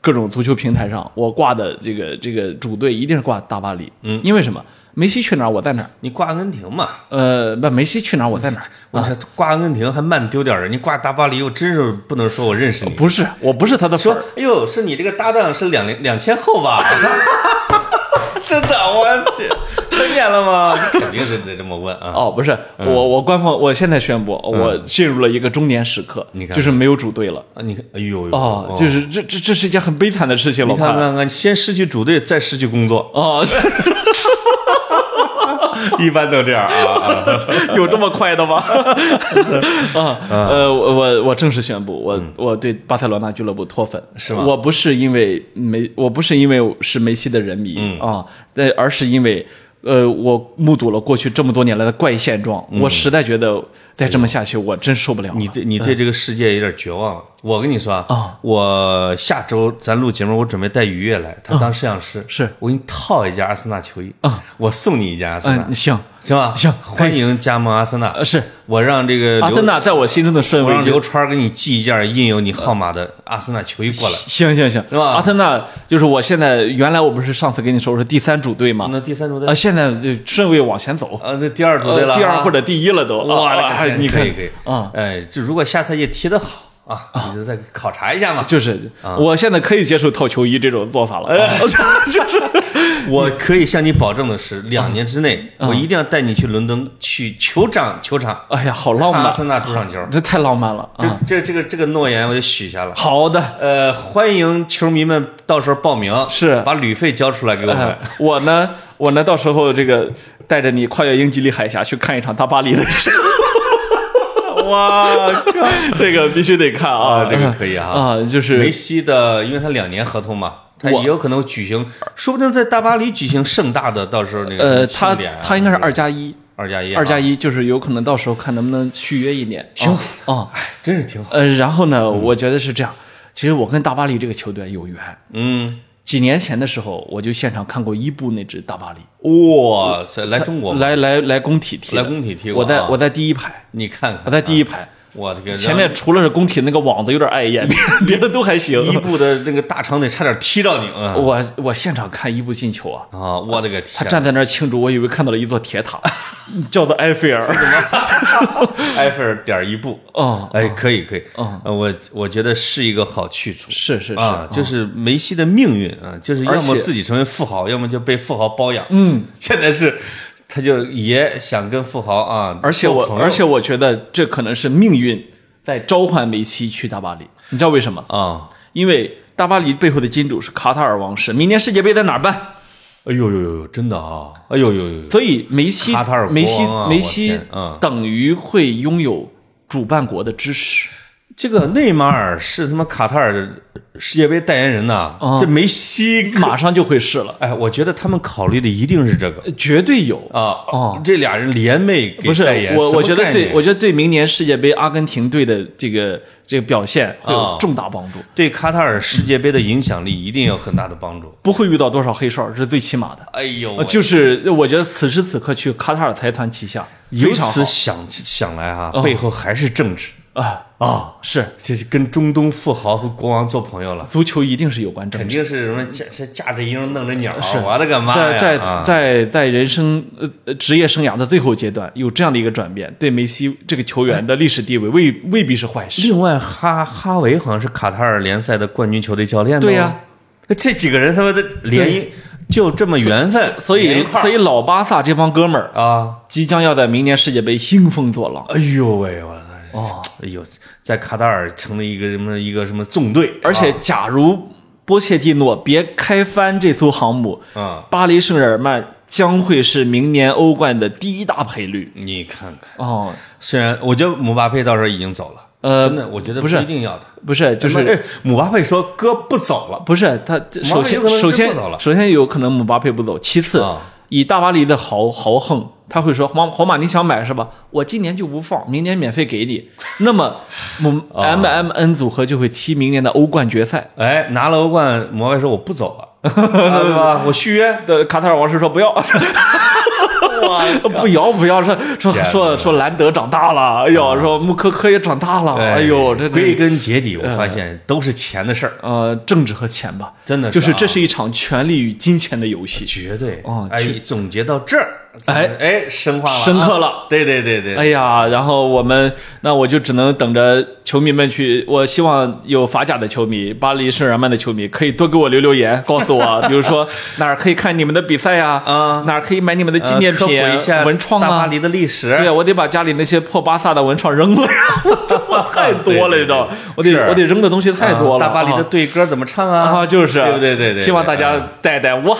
B: 各种足球平台上，我挂的这个这个主队一定是挂大巴黎，嗯，因为什么？梅西去哪儿我在哪儿，
A: 你挂阿根廷嘛，
B: 呃，不，梅西去哪儿我在哪儿。
A: 我这挂阿根廷还慢丢点儿，你挂大巴黎，我真是不能说我认识你。
B: 不是，我不是他的粉
A: 说
B: 儿，，
A: 哎呦，是你这个搭档是两零两千后吧？ [LAUGHS] 真的，我去，成年了吗？肯定是得这么问啊。
B: 哦，不是，我我官方，我现在宣布，我进入了一个中年时刻
A: 嗯你，看
B: 就是没有主队了。
A: 啊，你看，哎呦，哎呦
B: 哦，
A: 哦
B: 就是这这这是一件很悲惨的事情，老
A: 你看
B: 潘。
A: 看看，先失去主队，再失去工作，
B: 哦，是
A: 一般都这样啊。
B: [LAUGHS]
A: 啊 [LAUGHS]
B: 有这么快的吗？ [LAUGHS] 啊，呃，我我我正式宣布，我我对巴塞罗那俱乐部脱粉，
A: 嗯是吗
B: 我不是因为梅，我不是因为是梅西的人
A: 嗯
B: 迷啊，呃，而是因为。呃，我目睹了过去这么多年来的怪现状，我实在觉得再这么下去，我真受不了了。
A: 嗯你对你对这个世界有点绝望了。我跟你说
B: 啊，
A: 我下周咱录节目，我准备带于越来，他当摄像师。
B: 哦是哦
A: 我给你套一件阿森纳球衣啊，我送你一件阿森纳
B: 嗯，，行，
A: 行吧？
B: 行
A: 欢迎加盟阿森纳
B: 呃，。是
A: 我让这个
B: 阿
A: 刘
B: 森纳在我心中的顺
A: 我
B: 位
A: 让
B: 就
A: 刘川儿给你寄一件印有你号码的阿森纳球衣过来。
B: 行行行，
A: 是吧
B: 阿森纳就是我现在原来我不是上次跟你说我是第三主队吗？
A: 那第三组队
B: 啊，现在就顺位往前走，
A: 啊，这第二组队了
B: 呃
A: 啊，
B: 第二或者第一了都。
A: 哇，
B: 啊啊
A: 那
B: 你
A: 可
B: 看
A: 以可以
B: 啊，
A: 哎，这如果下赛季踢得好啊，你就再考察一下嘛。
B: 就是
A: 啊
B: 我现在可以接受套球衣这种做法了，
A: 哎
B: 啊 [LAUGHS] 就是
A: 我可以向你保证的
B: 啊
A: 是，两年之内我一定要带你去伦敦去球场球场
B: 哎呀，好浪
A: 看阿
B: 漫，
A: 森纳主场球。
B: 这太浪漫了
A: 这
B: 啊！
A: 这这个这个诺言我就许下了。
B: 好
A: [LAUGHS]
B: 的，
A: 呃，欢迎球迷们到时候报名，
B: 是
A: 把旅费交出来给我们
B: 哎。我呢，我呢，到时候这个带着你跨越英吉利海峡去看一场大巴黎的，
A: [LAUGHS] 哇，
B: [LAUGHS] 这个必须得看啊，
A: 啊这个可以啊
B: 啊，就
A: 梅
B: 是
A: 西的，因为他两年合同嘛，他
B: 我
A: 也有可能举行，说不定在大巴黎举行盛大的，到时候那个
B: 呃，
A: 庆
B: 他
A: 典啊
B: 他应该是二加一，
A: 二加一啊，
B: 二加一就是有可能到时候看能不能续约一年，挺好啊。
A: 真是挺好。
B: 呃，然后呢，我觉得是这样。其实我跟大巴黎这个球队有缘。
A: 嗯，
B: 几年前的时候，我就现场看过伊布那支大巴黎，
A: 哇塞，来中国吧，
B: 来来来工体踢的，
A: 来工体踢过
B: 我在
A: 啊
B: 我在第一排，
A: 你看
B: 我
A: 看，
B: 在第一排，
A: 我的个
B: 前面除了是工体那个网子有点碍眼，
A: 嗯
B: 别别的都还行
A: 让。伊布的那个大长腿差点踢到
B: [LAUGHS]
A: 你啊！
B: 我我现场看伊布进球啊，
A: 啊，我的个
B: 哦他
A: [LAUGHS] 天！
B: 站在那儿庆祝，我以为看到了一座铁
A: [LAUGHS]
B: 塔，叫做埃菲尔。
A: 埃菲尔点一步，
B: 哦，
A: 哎，可以可以，
B: 哦
A: 呃我我觉得是一个好去处。
B: 是是是，
A: 啊，就是梅西的命运啊，就是要
B: 嗯而
A: 么
B: 且
A: 自己成为富豪，要么就被富豪包养。嗯， [LAUGHS] 现在是，他就也想跟富豪啊，
B: 而且我
A: 做朋友
B: 而且我觉得这可能是命运在召唤梅西去大巴黎，你知道为什么？
A: 啊，
B: 因为大巴黎背后的金主是卡塔尔王室，明年世界杯在哪儿办？
A: 哎呦呦呦呦，真的啊，哎呦呦呦呦，
B: 所以梅西，
A: 卡塔尔国王啊
B: 梅西
A: 我，
B: 梅西
A: 天嗯，
B: 等于会拥有主办国的支持。
A: 这个内马尔是他妈卡塔尔的世界杯代言人呐、
B: 啊
A: 这梅西，
B: 马上就会是了，
A: 哎，我觉得他们考虑的一定是这个
B: 绝对有。
A: 啊。
B: 哦，
A: 这俩人联袂给
B: 不是
A: 代言，
B: 我，
A: 什么
B: 我觉得
A: 概
B: 对，
A: 念
B: 我觉得对明年世界杯阿根廷队的这个这个表现会
A: 啊
B: 有重大帮助，
A: 对卡塔尔世界杯的影响力一定有很大的帮助。
B: 不会遇到多少黑哨，这是最起码的。
A: 哎呦喂，
B: 呃就是我觉得此时此刻去卡塔尔财团旗下
A: 由
B: 非常好嗯
A: 此想想来啊，背后还是政治。
B: 啊，
A: 啊，
B: 是
A: 这是跟中东富豪和国王做朋友了，
B: 足球一定是有关政
A: 肯
B: 治。
A: 定是什么架是架着鹰弄着鸟，啊
B: 是
A: 我的个妈呀！
B: 在在
A: 啊
B: 在在人生呃呃职业生涯的最后阶段，有这样的一个转变，对梅西这个球员的历史地位未未必是坏事。
A: 另外，哈哈维好像是卡塔尔联赛的冠军球队教练。
B: 对呀、
A: 这几个人他妈的联姻就这么缘分，
B: 所
A: 连一
B: 以
A: 块儿
B: 所以老巴萨这帮哥们儿
A: 啊，
B: 即将要在明年世界杯兴风作浪，
A: 哎呦喂，我哦，哎呦，在卡塔尔成了一个什么一个什么纵队，
B: 而且假如波切蒂诺别开翻这艘航母，
A: 啊，
B: 巴黎圣日耳曼将会是明年欧冠的第一大赔率。
A: 你看看，
B: 哦，
A: 虽然我觉得姆巴佩到时候已经走了，
B: 呃
A: 真，的，我觉得
B: 不是
A: 一定要他，
B: 不是，就
A: 什么
B: 是
A: 哎姆巴佩说哥不走了，
B: 不是他这首
A: 姆巴佩有可
B: 先
A: 能
B: 首先
A: 真不走了
B: 首先有可能姆巴佩不走，其次、
A: 啊
B: 以大巴黎的豪豪横，他会说皇皇马你想买是吧？我今年就不放，明年免费给你。 [LAUGHS] 那么姆
A: 啊
B: M M N 组合就会踢明年的欧冠决赛。
A: 哎，拿了欧冠，姆巴佩说我不走
B: [LAUGHS]
A: 了，啊对吧？我续约，
B: 的卡塔尔王室说
A: [LAUGHS]
B: 不要，不要不要，说说
A: 天哪啊
B: 说说兰德长大了，哎呦，说穆科科也长大了，哎呦，这
A: 归
B: 这
A: 根结底，我发现都是钱的事儿，
B: 呃，政治和钱吧，
A: 真的是
B: 就是
A: 啊
B: 这是一场权力与金钱的游戏。
A: 绝对
B: 哦
A: 哎，
B: 去
A: 总结到这儿，
B: 哎
A: 哎，深化了啊，
B: 深刻了
A: 对对对对，
B: 哎呀，然后我们那我就只能等着球迷们去。我希望有法甲的球迷、巴黎圣日耳曼的球迷可以多给我留留言，告
A: [LAUGHS]
B: 诉我，比如说哪儿可以看你们的比赛呀、
A: 啊
B: 哪儿可以买你们的纪
A: 呃
B: 念
A: 科普
B: 品、
A: 一下
B: 文创
A: 大巴
B: 啊。
A: 黎的历史，
B: 对啊，我得把家里那些破巴萨的文创
A: [LAUGHS]
B: 扔了，我太多了，你知道吗？我得
A: 是
B: 我得扔的东西太多了。
A: 啊大巴黎的
B: 啊
A: 队歌怎么唱
B: 啊，
A: 啊？
B: 就是
A: 对不对对对，
B: 希望大
A: 对
B: 家
A: 啊
B: 带带我。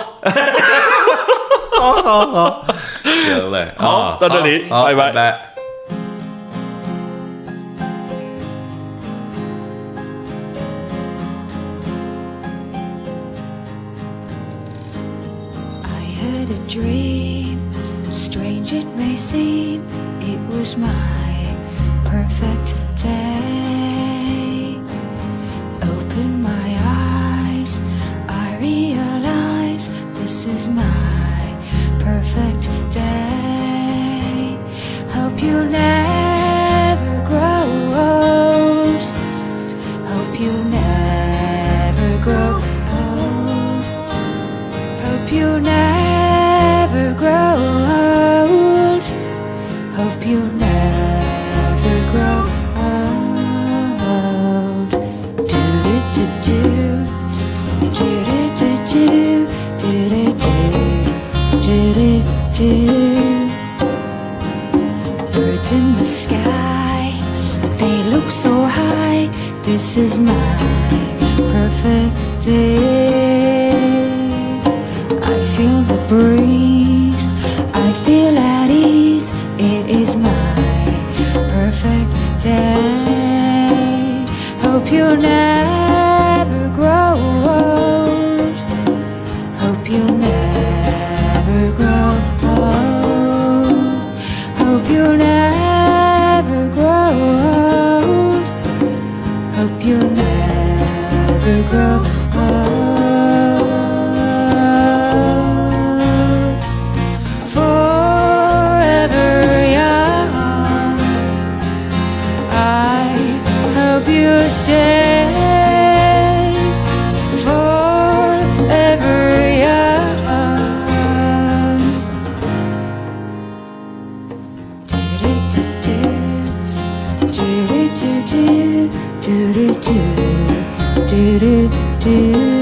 A: 好好好，行嘞，
B: 好
A: 啊
B: 到这里
A: 好好
B: 拜拜
A: 拜拜。
C: I had a dream, strange it may seem, it was my perfect day. Open my eyes, I realize this is my perfect day. Hope you'll never grow old. Hope you'll never grow old. Hope you never grow old. Hope you never grow old. Do do do do do do do do do do do birds in the sky. They look so high. This is my perfect day. I feel the breeze. I feel at ease. It is my perfect day. Hope you'll never grow old. Hope you'll never grow old. Hope you'll never grow old. Hope you'll never grow old. Forever young. I hope you stay forever young. Do-do-do-do, do-do-do-do, do-do-do, do-do-do.